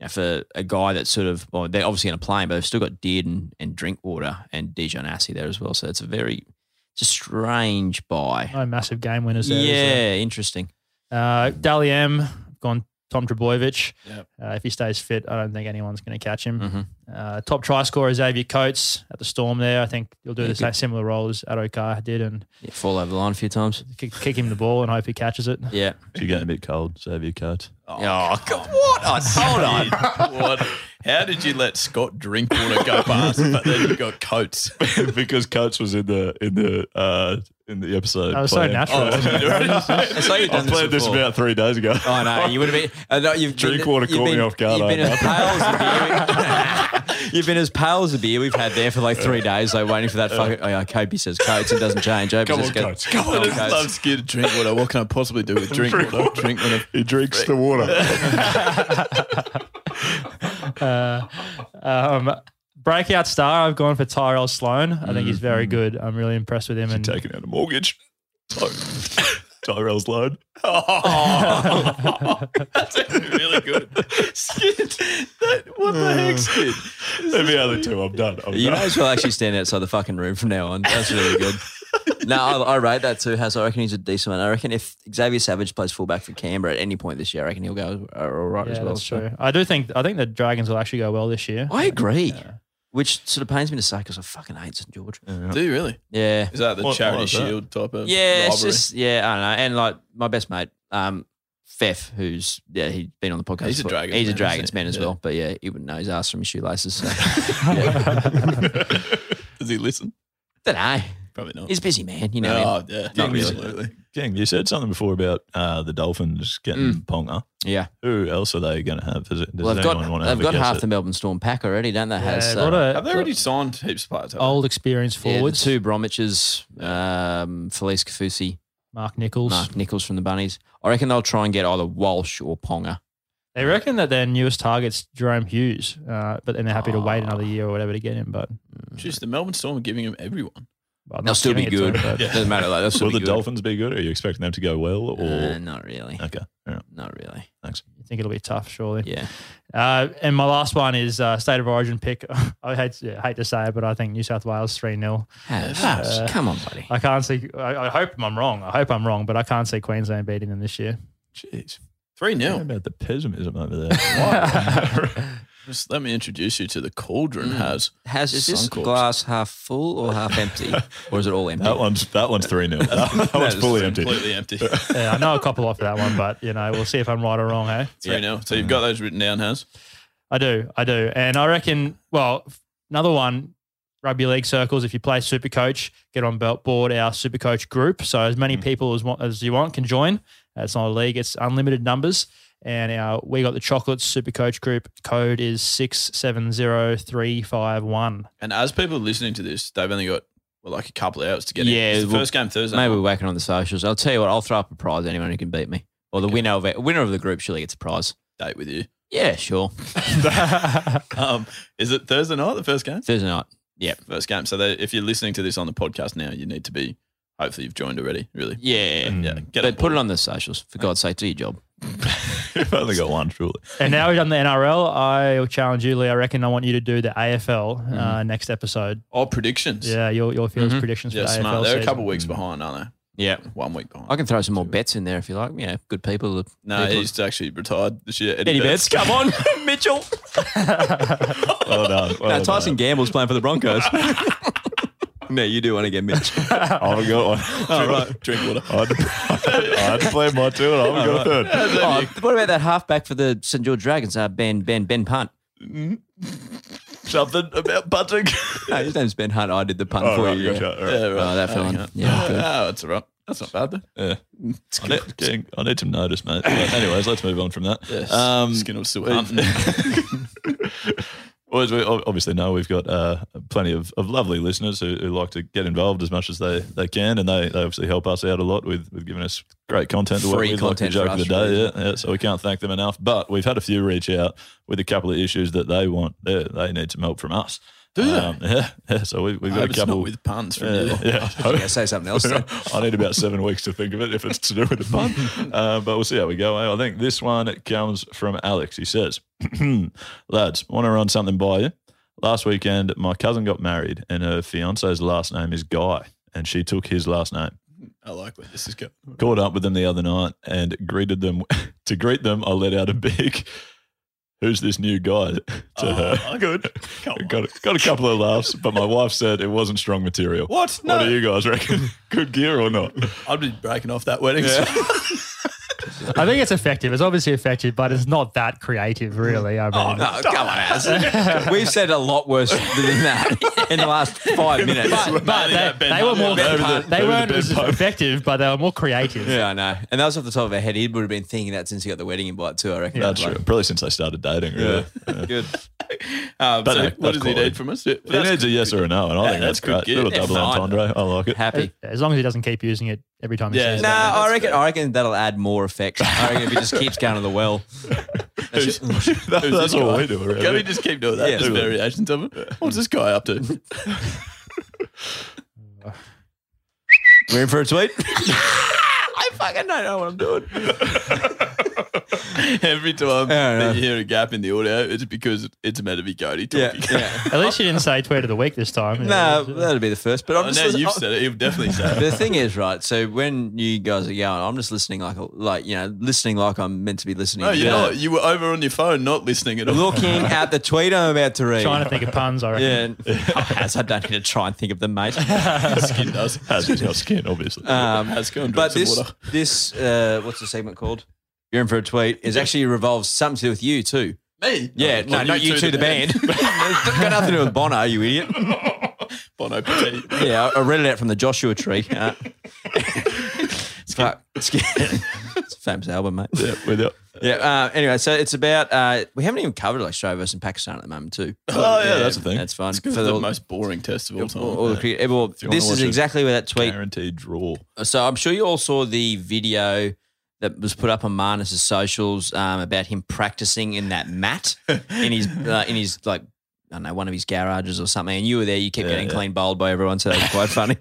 [SPEAKER 6] you know, for a guy that's sort of well, they're obviously going to play him, but they've still got Dearden and Drinkwater and Dijon Assey there as well. So it's a very it's a strange buy.
[SPEAKER 7] no massive game winners. There, is there?
[SPEAKER 6] yeah, interesting.
[SPEAKER 7] Uh, Dally M I've gone Tom Trebojevic.
[SPEAKER 5] Yep.
[SPEAKER 7] Uh, if he stays fit, I don't think anyone's going to catch him.
[SPEAKER 6] Mhm.
[SPEAKER 7] Uh, top try scorer is Xavier Coates at the Storm. There, I think he'll do
[SPEAKER 6] Yeah,
[SPEAKER 7] the same
[SPEAKER 6] good.
[SPEAKER 7] similar role as Adokar did, and
[SPEAKER 6] Yeah, fall over the line a few times.
[SPEAKER 7] kick, kick him the ball and hope he catches it.
[SPEAKER 6] Yeah.
[SPEAKER 5] Oh,
[SPEAKER 3] If you're getting a bit cold, save your coat. <laughs>
[SPEAKER 6] Oh, God, what? on hold on.
[SPEAKER 5] what? How did you let Scott Drinkwater go past, but then you got Coates?
[SPEAKER 3] <laughs> because Coates was in the in the uh, in the episode.
[SPEAKER 7] That was so natural, wasn't it?
[SPEAKER 5] Oh, <laughs>
[SPEAKER 7] It's like you've
[SPEAKER 3] I
[SPEAKER 7] done this
[SPEAKER 3] planned this,
[SPEAKER 7] before.
[SPEAKER 3] about three days ago.
[SPEAKER 6] I know
[SPEAKER 3] <laughs>
[SPEAKER 6] you would have been. Uh, Oh, no, you've been-
[SPEAKER 3] Drinkwater
[SPEAKER 6] you've
[SPEAKER 3] caught
[SPEAKER 6] been-
[SPEAKER 3] me off guard.
[SPEAKER 6] You've been
[SPEAKER 3] I
[SPEAKER 6] as pale as a beer. <laughs> we- you've been as pale as a beer we've had there for like three days, though, waiting for that fucking. Oh yeah, Kobe says coats and doesn't change. Kobe
[SPEAKER 5] Come
[SPEAKER 6] says
[SPEAKER 5] on,
[SPEAKER 6] coats.
[SPEAKER 5] Coates. Come on, I just love scared to drink water. What can I possibly do <laughs> with drink
[SPEAKER 3] Drink
[SPEAKER 5] water? Drink water.
[SPEAKER 3] He drinks the <laughs> water.
[SPEAKER 7] uh, um, breakout star, I've gone for Tyrell Sloan. I think he's
[SPEAKER 6] Mm.
[SPEAKER 7] very good. I'm really impressed with him. and
[SPEAKER 3] taking out a mortgage. <laughs> Tyrell's loan. <laughs>
[SPEAKER 5] Oh, that's actually really good. Skid. That, what the heck, Skid?
[SPEAKER 3] Every other two, I'm done. I'm
[SPEAKER 6] You
[SPEAKER 3] done.
[SPEAKER 6] may as well actually stand outside the fucking room from now on. That's really good. no, I, I rate that too. Has I reckon he's a decent one. I reckon if Xavier Savage plays fullback for Canberra at any point this year, I reckon he'll go uh, all right as
[SPEAKER 7] Yeah,
[SPEAKER 6] well.
[SPEAKER 7] that's
[SPEAKER 6] so.
[SPEAKER 7] true. I do think I think the Dragons will actually go well this year.
[SPEAKER 6] I agree. Which sort of pains me to say because I fucking hate St George.
[SPEAKER 5] Do you really?
[SPEAKER 6] Yeah.
[SPEAKER 5] Is that the charity shield type of
[SPEAKER 6] Yeah, it's
[SPEAKER 5] robbery?
[SPEAKER 6] just yeah, I don't know. And like my best mate, um, Feff, who's yeah, he's been on the podcast.
[SPEAKER 5] He's a
[SPEAKER 6] before.
[SPEAKER 5] Dragons
[SPEAKER 6] He's
[SPEAKER 5] man,
[SPEAKER 6] a Dragons
[SPEAKER 5] isn't he?
[SPEAKER 6] man as
[SPEAKER 5] Yeah.
[SPEAKER 6] well. But yeah, he wouldn't know his ass from his shoelaces. So. <laughs>
[SPEAKER 3] <laughs>
[SPEAKER 5] Does he listen?
[SPEAKER 6] don't know.
[SPEAKER 5] Probably not.
[SPEAKER 6] He's a busy man, you know.
[SPEAKER 5] Oh,
[SPEAKER 6] him.
[SPEAKER 5] yeah.
[SPEAKER 6] Not really.
[SPEAKER 5] Absolutely.
[SPEAKER 3] Gang, you said something before about uh, the Dolphins getting Ponga.
[SPEAKER 6] Mm. Yeah.
[SPEAKER 3] Who else are they going to have? Is it, does
[SPEAKER 6] Well, they've
[SPEAKER 3] anyone
[SPEAKER 6] got
[SPEAKER 3] want to
[SPEAKER 6] they've
[SPEAKER 3] have
[SPEAKER 6] got
[SPEAKER 3] a guess
[SPEAKER 6] half
[SPEAKER 3] at-
[SPEAKER 6] the Melbourne Storm pack already, don't they? Has uh,
[SPEAKER 7] Yeah, what a-
[SPEAKER 5] Have they already signed heaps of players?
[SPEAKER 6] Oh.
[SPEAKER 5] haven't
[SPEAKER 7] Old experience
[SPEAKER 6] yeah, the
[SPEAKER 7] forwards,
[SPEAKER 6] two Bromwiches, um, Felice Kafusi,
[SPEAKER 7] Mark Nichols.
[SPEAKER 6] Mark Nichols from the Bunnies. I reckon they'll try and get either Walsh or Ponga.
[SPEAKER 7] They reckon that their newest target's Jerome Hughes, uh, but then they're happy to wait
[SPEAKER 6] Ah.
[SPEAKER 7] another year or whatever to get him. But
[SPEAKER 5] they? Jeez, the Melbourne Storm are giving him everyone.
[SPEAKER 7] but I'm
[SPEAKER 6] They'll
[SPEAKER 7] not
[SPEAKER 6] still be
[SPEAKER 7] giving it to
[SPEAKER 6] good.
[SPEAKER 7] him.
[SPEAKER 6] <laughs> but Doesn't matter. Like, they'll still
[SPEAKER 3] Will
[SPEAKER 6] be
[SPEAKER 3] the
[SPEAKER 6] good.
[SPEAKER 3] Dolphins be good? Or are you expecting them to go well? Or
[SPEAKER 6] Uh, not really.
[SPEAKER 3] okay, all right.
[SPEAKER 6] Not really.
[SPEAKER 3] thanks.
[SPEAKER 7] I think it'll be tough, surely.
[SPEAKER 6] Yeah.
[SPEAKER 7] Uh, and my last one is uh, state of origin pick. <laughs> I hate to, hate to say it, but I think New South Wales three 0
[SPEAKER 6] Have.
[SPEAKER 7] Uh,
[SPEAKER 6] Come on, buddy.
[SPEAKER 7] I can't see. I, I hope I'm wrong. I hope I'm wrong, but I can't see Queensland beating them this year.
[SPEAKER 3] Jeez,
[SPEAKER 5] 3
[SPEAKER 3] How
[SPEAKER 5] 0.
[SPEAKER 3] about the pessimism over there.
[SPEAKER 5] <laughs> Just let me introduce you to the Cauldron
[SPEAKER 6] Mm.
[SPEAKER 5] Has.
[SPEAKER 6] Has is this
[SPEAKER 5] Suncorps.
[SPEAKER 6] glass half full or
[SPEAKER 3] <laughs>
[SPEAKER 6] half empty, or is it all empty?
[SPEAKER 3] that one's that one's three 0 That, that one's
[SPEAKER 6] is
[SPEAKER 3] fully empty.
[SPEAKER 5] Completely empty.
[SPEAKER 7] yeah, I know a couple off that one, but you know we'll see if I'm right or wrong. Hey,
[SPEAKER 5] 3 0. So you've got those written down, Has?
[SPEAKER 7] I do, I do, and I reckon. Well, f- another one. Rugby league circles. If you play Supercoach, get on belt board our Supercoach group. So as many
[SPEAKER 5] Mm.
[SPEAKER 7] people as want, as you want can join. Uh, It's not a league; it's unlimited numbers. And our we got the chocolates Supercoach group code is six seven zero three five one.
[SPEAKER 5] And as people are listening to this, they've only got well, like a couple of hours to get
[SPEAKER 6] Yeah,
[SPEAKER 5] in. It's the
[SPEAKER 6] well,
[SPEAKER 5] first game Thursday.
[SPEAKER 6] Maybe
[SPEAKER 5] night.
[SPEAKER 6] we're whacking on the socials. I'll tell you what. I'll throw up a prize. Anyone who can beat me, or the winner of it, winner of the group surely gets a prize.
[SPEAKER 5] date with you.
[SPEAKER 6] Yeah, sure.
[SPEAKER 3] <laughs>
[SPEAKER 5] Um, is it Thursday night, the first game?
[SPEAKER 6] Thursday night. Yeah,
[SPEAKER 5] First game. So they, if you're listening to this on the podcast now, you need to be, hopefully, you've joined already, really.
[SPEAKER 6] yeah.
[SPEAKER 3] Mm.
[SPEAKER 5] Yeah. Get
[SPEAKER 6] But Mm. put it on the socials for God's sake. Do your job.
[SPEAKER 3] We've only got one, surely.
[SPEAKER 7] And now we've done the NRL. I will challenge you, Lee. I reckon I want you to do the AFL uh, next episode.
[SPEAKER 5] All predictions.
[SPEAKER 7] Yeah, your your feels
[SPEAKER 6] Mhm.
[SPEAKER 7] predictions for
[SPEAKER 5] Mm-hmm. Yeah,
[SPEAKER 7] the
[SPEAKER 5] smart.
[SPEAKER 7] AFL
[SPEAKER 5] They're
[SPEAKER 7] season.
[SPEAKER 5] a couple of weeks behind, aren't
[SPEAKER 6] Yeah,
[SPEAKER 5] they? One week behind.
[SPEAKER 6] I can throw some more bets in there if you like. Yeah, good people. that-
[SPEAKER 5] No,
[SPEAKER 6] people-
[SPEAKER 5] he's actually retired this year.
[SPEAKER 6] Eddie Betts. Come on,
[SPEAKER 3] <laughs>
[SPEAKER 6] <laughs> Mitchell.
[SPEAKER 3] Well done.
[SPEAKER 6] no,
[SPEAKER 3] Well done.
[SPEAKER 6] Tyson Gamble's playing for the
[SPEAKER 3] <laughs>
[SPEAKER 6] Broncos. no, you do want to get Mitch.
[SPEAKER 3] I haven't got one.
[SPEAKER 5] <laughs> All right. Drink water.
[SPEAKER 3] I had, to, I <laughs> had to play my two, and I haven't got a third.
[SPEAKER 6] Oh, <laughs> what about that halfback for the St George Dragons? Uh, ben Ben Ben Punt.
[SPEAKER 3] Something about <laughs> punting.
[SPEAKER 6] No, his name's Ben Hunt. I did the punt
[SPEAKER 3] Oh,
[SPEAKER 6] for
[SPEAKER 3] right,
[SPEAKER 6] you.
[SPEAKER 3] gotcha. All right.
[SPEAKER 5] Yeah,
[SPEAKER 6] Oh,
[SPEAKER 5] right.
[SPEAKER 6] that fell
[SPEAKER 5] Okay.
[SPEAKER 6] on. Yeah, good.
[SPEAKER 5] No, that's all right. That's not bad, though.
[SPEAKER 3] Yeah.
[SPEAKER 5] It's
[SPEAKER 3] I need, gang, I need some notice, mate. But anyways, let's move on from that.
[SPEAKER 5] Yes.
[SPEAKER 3] Um,
[SPEAKER 5] Skin will still
[SPEAKER 3] um, <laughs> well, as we ob- obviously know, we've got uh, plenty of, of lovely listeners who, who like to get involved as much as they, they can, and they, they obviously help us out a lot with, with giving us great content to work
[SPEAKER 6] Free
[SPEAKER 3] with,
[SPEAKER 6] content
[SPEAKER 3] like
[SPEAKER 6] for
[SPEAKER 3] the joke of
[SPEAKER 6] us,
[SPEAKER 3] the day.
[SPEAKER 6] really.
[SPEAKER 3] Yeah, yeah, so we can't thank them enough. But we've had a few reach out with a couple of issues that they want. They, they need some help from us. Um,
[SPEAKER 5] Do they?
[SPEAKER 3] yeah, yeah. So we've, we've
[SPEAKER 5] I hope
[SPEAKER 3] got a
[SPEAKER 5] it's not
[SPEAKER 3] couple.
[SPEAKER 5] with puns from you.
[SPEAKER 3] yeah,
[SPEAKER 5] <laughs>
[SPEAKER 3] yeah.
[SPEAKER 6] Yeah, say something else. then.
[SPEAKER 3] <laughs> I need about seven weeks to think of it if it's to do with a pun.
[SPEAKER 5] <laughs>
[SPEAKER 3] Uh, but we'll see how we go. I think this one comes from Alex. He says, <clears throat> Lads, want to run something by you? Last weekend, my cousin got married, and her fiance's last name is Guy, and she took his last name.
[SPEAKER 5] I like where this is going.
[SPEAKER 3] Caught up with them the other night and greeted them. <laughs> to greet them, I let out a big, Who's this new guy <laughs> to her?
[SPEAKER 5] Ah, <laughs> good.
[SPEAKER 3] <laughs>
[SPEAKER 5] Come on.
[SPEAKER 3] Got, got a couple of laughs, but my wife said it wasn't strong material.
[SPEAKER 5] What?
[SPEAKER 3] What
[SPEAKER 5] No. <laughs>
[SPEAKER 3] do you guys reckon? Good gear or not?
[SPEAKER 5] I'd be breaking off that wedding.
[SPEAKER 7] I think it's effective. It's obviously effective, but it's not that creative, really. I mean,
[SPEAKER 6] Oh, no, come on, Az. <laughs> We've said a lot worse than that in the last five minutes.
[SPEAKER 7] But, <laughs> but
[SPEAKER 6] <laughs>
[SPEAKER 7] they, they were more. they weren't as <laughs> effective, but they were more creative.
[SPEAKER 6] Yeah, I know. And that was off the top of our head. He would have been thinking that since he got the wedding invite too, I reckon.
[SPEAKER 3] That's true. Probably since I started dating, really.
[SPEAKER 6] <laughs> Good.
[SPEAKER 5] Um, so
[SPEAKER 3] But no,
[SPEAKER 5] what
[SPEAKER 3] that's
[SPEAKER 6] Uh,
[SPEAKER 5] does he
[SPEAKER 3] quality.
[SPEAKER 5] need from us? Yeah,
[SPEAKER 3] He needs a yes or a no, and I
[SPEAKER 5] Yeah,
[SPEAKER 3] think
[SPEAKER 5] that's
[SPEAKER 3] that's,
[SPEAKER 5] good
[SPEAKER 3] great. Little
[SPEAKER 5] gear.
[SPEAKER 3] double
[SPEAKER 5] Yeah, fine.
[SPEAKER 3] entendre. I like it. <laughs>
[SPEAKER 6] Happy.
[SPEAKER 7] As long as he doesn't keep using it every time.
[SPEAKER 6] Yeah,
[SPEAKER 7] he says
[SPEAKER 6] no,
[SPEAKER 7] it.
[SPEAKER 6] I reckon. I reckon that'll add more affection. I reckon if he just keeps going to the well,
[SPEAKER 7] <laughs>
[SPEAKER 5] Who's-
[SPEAKER 3] That's
[SPEAKER 5] who's this
[SPEAKER 3] all
[SPEAKER 5] guy?
[SPEAKER 3] we do around
[SPEAKER 5] Can we
[SPEAKER 3] here.
[SPEAKER 5] just keep doing that?
[SPEAKER 3] Yeah.
[SPEAKER 5] just
[SPEAKER 3] Do it.
[SPEAKER 5] variations of it. What's this guy up
[SPEAKER 3] <laughs>
[SPEAKER 5] to?
[SPEAKER 6] we're in for a tweet. <laughs>
[SPEAKER 5] I fucking don't know what I'm doing. <laughs> Every time that you hear a gap in the audio, it's because it's meant to be Cody talking.
[SPEAKER 7] At least you didn't say tweet of the week this time.
[SPEAKER 6] no, that'll be the first.
[SPEAKER 3] Oh,
[SPEAKER 6] But I'm
[SPEAKER 5] <laughs> I
[SPEAKER 6] just
[SPEAKER 5] know
[SPEAKER 6] listen-
[SPEAKER 5] you've
[SPEAKER 6] I'm-
[SPEAKER 5] said it. You've definitely said
[SPEAKER 6] the
[SPEAKER 5] it.
[SPEAKER 6] thing is, right? So when you guys are going, I'm just listening like, a, like you know, listening like I'm meant to be listening.
[SPEAKER 5] No, you're
[SPEAKER 6] You know,
[SPEAKER 5] not. You were over on your phone, not listening at all. <laughs>
[SPEAKER 6] Looking at the tweet I'm about to read.
[SPEAKER 7] Trying to think of puns, I reckon.
[SPEAKER 6] Yeah, Oh, Haz, I don't need to try and think of them, mate.
[SPEAKER 5] skin
[SPEAKER 3] <laughs>
[SPEAKER 5] does.
[SPEAKER 3] Has got skin, obviously.
[SPEAKER 6] Um,
[SPEAKER 5] Haz, go and drink
[SPEAKER 6] but
[SPEAKER 5] some
[SPEAKER 6] this,
[SPEAKER 5] water.
[SPEAKER 6] this, uh, what's the segment called? You're in for a tweet. Is actually revolves something to do with you too.
[SPEAKER 5] Me?
[SPEAKER 6] Yeah,
[SPEAKER 5] Oh,
[SPEAKER 6] no,
[SPEAKER 5] you
[SPEAKER 6] not you
[SPEAKER 5] two,
[SPEAKER 6] two,
[SPEAKER 5] the
[SPEAKER 6] the
[SPEAKER 5] <laughs>
[SPEAKER 6] band. It's got nothing to do with Bono, you idiot.
[SPEAKER 5] Bono Petit.
[SPEAKER 6] Yeah, I I read it out from the Joshua Tree. Uh, <laughs> fuck, it's, it's a famous album, mate.
[SPEAKER 3] Yeah, with it.
[SPEAKER 6] Yeah. Uh, anyway, so it's about uh, we haven't even covered like Australia versus Pakistan at the moment too.
[SPEAKER 5] Oh, yeah, that's the thing.
[SPEAKER 6] That's fun.
[SPEAKER 5] It's 'cause it's the most boring test of all time.
[SPEAKER 6] all the cricket- well,
[SPEAKER 5] If you wanna
[SPEAKER 6] this is
[SPEAKER 5] watch a
[SPEAKER 6] exactly where that tweet.
[SPEAKER 5] <laughs>
[SPEAKER 3] Guaranteed draw.
[SPEAKER 6] So I'm sure you all saw the video that was put up on Marnus's socials um, about him practicing in that
[SPEAKER 5] <laughs>
[SPEAKER 6] mat in his uh, in his like. I don't know, one of his garages or something, and you were there. You kept
[SPEAKER 5] Yeah,
[SPEAKER 6] getting
[SPEAKER 5] yeah.
[SPEAKER 6] clean bowled by everyone, so that was quite
[SPEAKER 5] <laughs>
[SPEAKER 6] funny.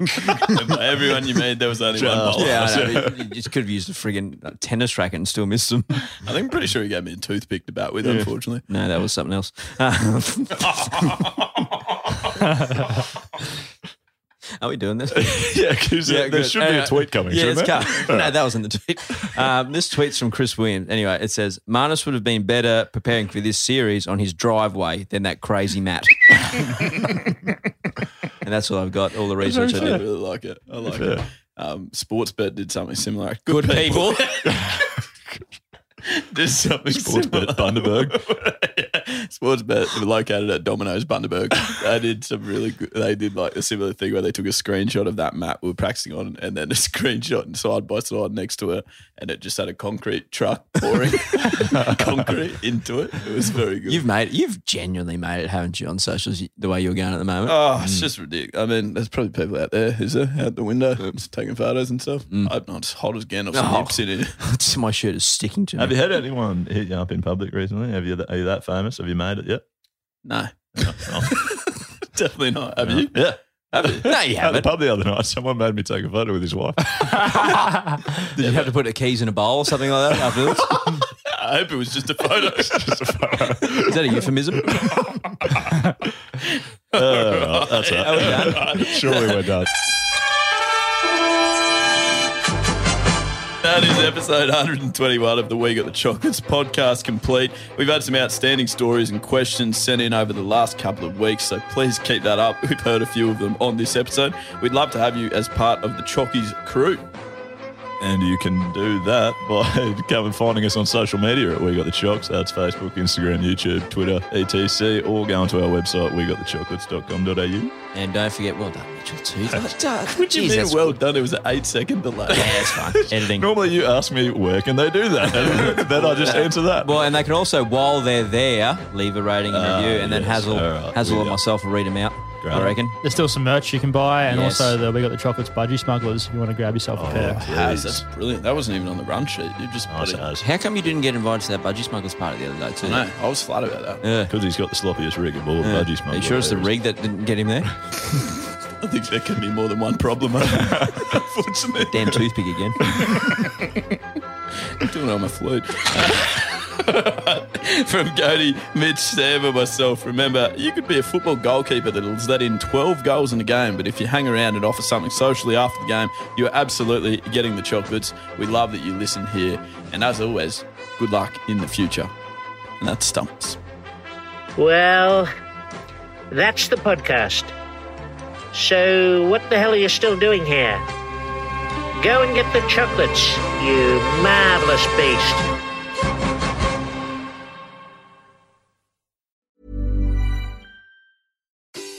[SPEAKER 5] Everyone you made, there was only one bowler.
[SPEAKER 6] yeah, I know. You- you just could have used a friggin' uh, tennis racket and still missed them.
[SPEAKER 5] <laughs>
[SPEAKER 6] <laughs>
[SPEAKER 5] I think I'm pretty sure he gave me a toothpick to bat with,
[SPEAKER 6] Yeah.
[SPEAKER 5] unfortunately.
[SPEAKER 6] No, that was something else. <laughs> Um, Are we doing this?
[SPEAKER 3] yeah, 'cause uh, there- there
[SPEAKER 6] good.
[SPEAKER 3] should be a
[SPEAKER 6] Anyway,
[SPEAKER 3] tweet coming,
[SPEAKER 6] Yeah,
[SPEAKER 3] shouldn't
[SPEAKER 6] it's
[SPEAKER 3] there?
[SPEAKER 6] come. No, that wasn't the tweet. Um, this tweet's from Chris Williams. Anyway, it says Marnus would have been better preparing for this series on his driveway than that crazy
[SPEAKER 3] <laughs>
[SPEAKER 6] mat. and that's all I've got. All the research I
[SPEAKER 5] I
[SPEAKER 6] did.
[SPEAKER 5] really like it. I like
[SPEAKER 3] Fair.
[SPEAKER 5] it. Um, Sportsbet did something similar.
[SPEAKER 6] Good
[SPEAKER 5] <laughs>
[SPEAKER 6] people.
[SPEAKER 5] did something similar.
[SPEAKER 3] Sportsbet Bundaberg.
[SPEAKER 5] <laughs> Sportsbet were located at
[SPEAKER 6] <laughs>
[SPEAKER 5] Domino's Bundaberg. They did some really good. They did like a similar thing where they took a screenshot of that map we were practicing on, and then a <laughs> screenshot and side by side next to it, and it just had a concrete truck pouring <laughs> concrete into it. It was very good.
[SPEAKER 6] You've made. You've genuinely made it, haven't you, on socials? The way you're going at the moment.
[SPEAKER 5] Oh, it's just ridiculous. I mean, there's probably people out there who's uh, out <laughs> the window just taking photos and stuff.
[SPEAKER 3] Mm.
[SPEAKER 5] I hope not. It's hot as Gandalf.
[SPEAKER 6] Oh.
[SPEAKER 5] Oh. in here.
[SPEAKER 6] My shirt is sticking to me.
[SPEAKER 3] Have you had anyone hit you up in public recently? Have you? Are you that famous? Have you made it yet?
[SPEAKER 5] <laughs> No,
[SPEAKER 3] No.
[SPEAKER 5] definitely not. <laughs> Have
[SPEAKER 3] No.
[SPEAKER 5] you?
[SPEAKER 3] Yeah.
[SPEAKER 6] <laughs> No, you
[SPEAKER 3] At the
[SPEAKER 6] haven't.
[SPEAKER 3] pub the other night, someone made me take a photo with his wife.
[SPEAKER 6] Did you have to put the keys in a bowl or something like that after
[SPEAKER 3] <laughs>
[SPEAKER 6] this?
[SPEAKER 5] <laughs> I hope it was just a photo.
[SPEAKER 3] Just a photo.
[SPEAKER 5] <laughs>
[SPEAKER 6] Is that a euphemism?
[SPEAKER 5] <laughs>
[SPEAKER 3] Uh, that's it.
[SPEAKER 6] Are we done?
[SPEAKER 3] <laughs> Surely we're done.
[SPEAKER 5] That is episode 121 of the We Got the Chocolates podcast complete. We've had some outstanding stories and questions sent in over the last couple of weeks, so please keep that up. We've heard a few of them on this episode. We'd love to have you as part of the Chockies crew.
[SPEAKER 3] And you can do that <laughs> by coming finding us on social media at We Got the Chocks. That's Facebook, Instagram, YouTube, Twitter, etc. Or go onto our website, wegotthechocolates.com.au.
[SPEAKER 6] And don't forget, well done, Mitchell, too.
[SPEAKER 5] Would you
[SPEAKER 6] Jeez,
[SPEAKER 5] mean
[SPEAKER 6] that's
[SPEAKER 5] well done? It was an eight second delay.
[SPEAKER 6] Yeah, it's
[SPEAKER 3] <laughs>
[SPEAKER 6] fine. Editing.
[SPEAKER 3] Normally you ask me, where can they do that? <laughs> And then I just answer that.
[SPEAKER 6] Well, and they can also, while they're there, leave a rating and
[SPEAKER 3] Ah,
[SPEAKER 6] review, and then
[SPEAKER 3] yes.
[SPEAKER 6] Hazel,
[SPEAKER 3] All right,
[SPEAKER 6] Hazel
[SPEAKER 3] we
[SPEAKER 6] and
[SPEAKER 3] go.
[SPEAKER 6] myself will read them out.
[SPEAKER 3] Great.
[SPEAKER 6] I reckon.
[SPEAKER 7] There's still some merch you can buy, and
[SPEAKER 6] Yes. Oh,
[SPEAKER 7] also the we got the chocolates budgie smugglers. If you want to grab
[SPEAKER 3] Oh,
[SPEAKER 7] yourself a pair,
[SPEAKER 5] Haz, that's brilliant. That wasn't even on the run sheet. You just put
[SPEAKER 3] Nice,
[SPEAKER 5] it.
[SPEAKER 3] Haz.
[SPEAKER 6] How come you didn't get invited to that budgie smugglers party the other day too?
[SPEAKER 5] I know. I was flat about that.
[SPEAKER 6] Yeah.
[SPEAKER 3] Because he's got the sloppiest rig of all the
[SPEAKER 6] yeah.
[SPEAKER 3] budgie
[SPEAKER 6] Are
[SPEAKER 3] smuggler.
[SPEAKER 6] you sure it's the
[SPEAKER 3] there is.
[SPEAKER 6] rig that didn't get him
[SPEAKER 3] <laughs>
[SPEAKER 6] there?
[SPEAKER 5] I think there can be more than one problem. <laughs> Unfortunately,
[SPEAKER 6] Damn toothpick again.
[SPEAKER 3] <laughs>
[SPEAKER 5] doing it on my flute. From Cody, Mitch, Sam, and myself, remember, you could be a football goalkeeper that'll let in 12 goals in a game, but if you hang around and offer something socially after the game, you're absolutely getting the chocolates. We love that you listen here. And as always, good luck in the future. And that stumps.
[SPEAKER 1] Well, that's the podcast. So, what the hell are you still doing here? Go and get the chocolates, you marvelous beast.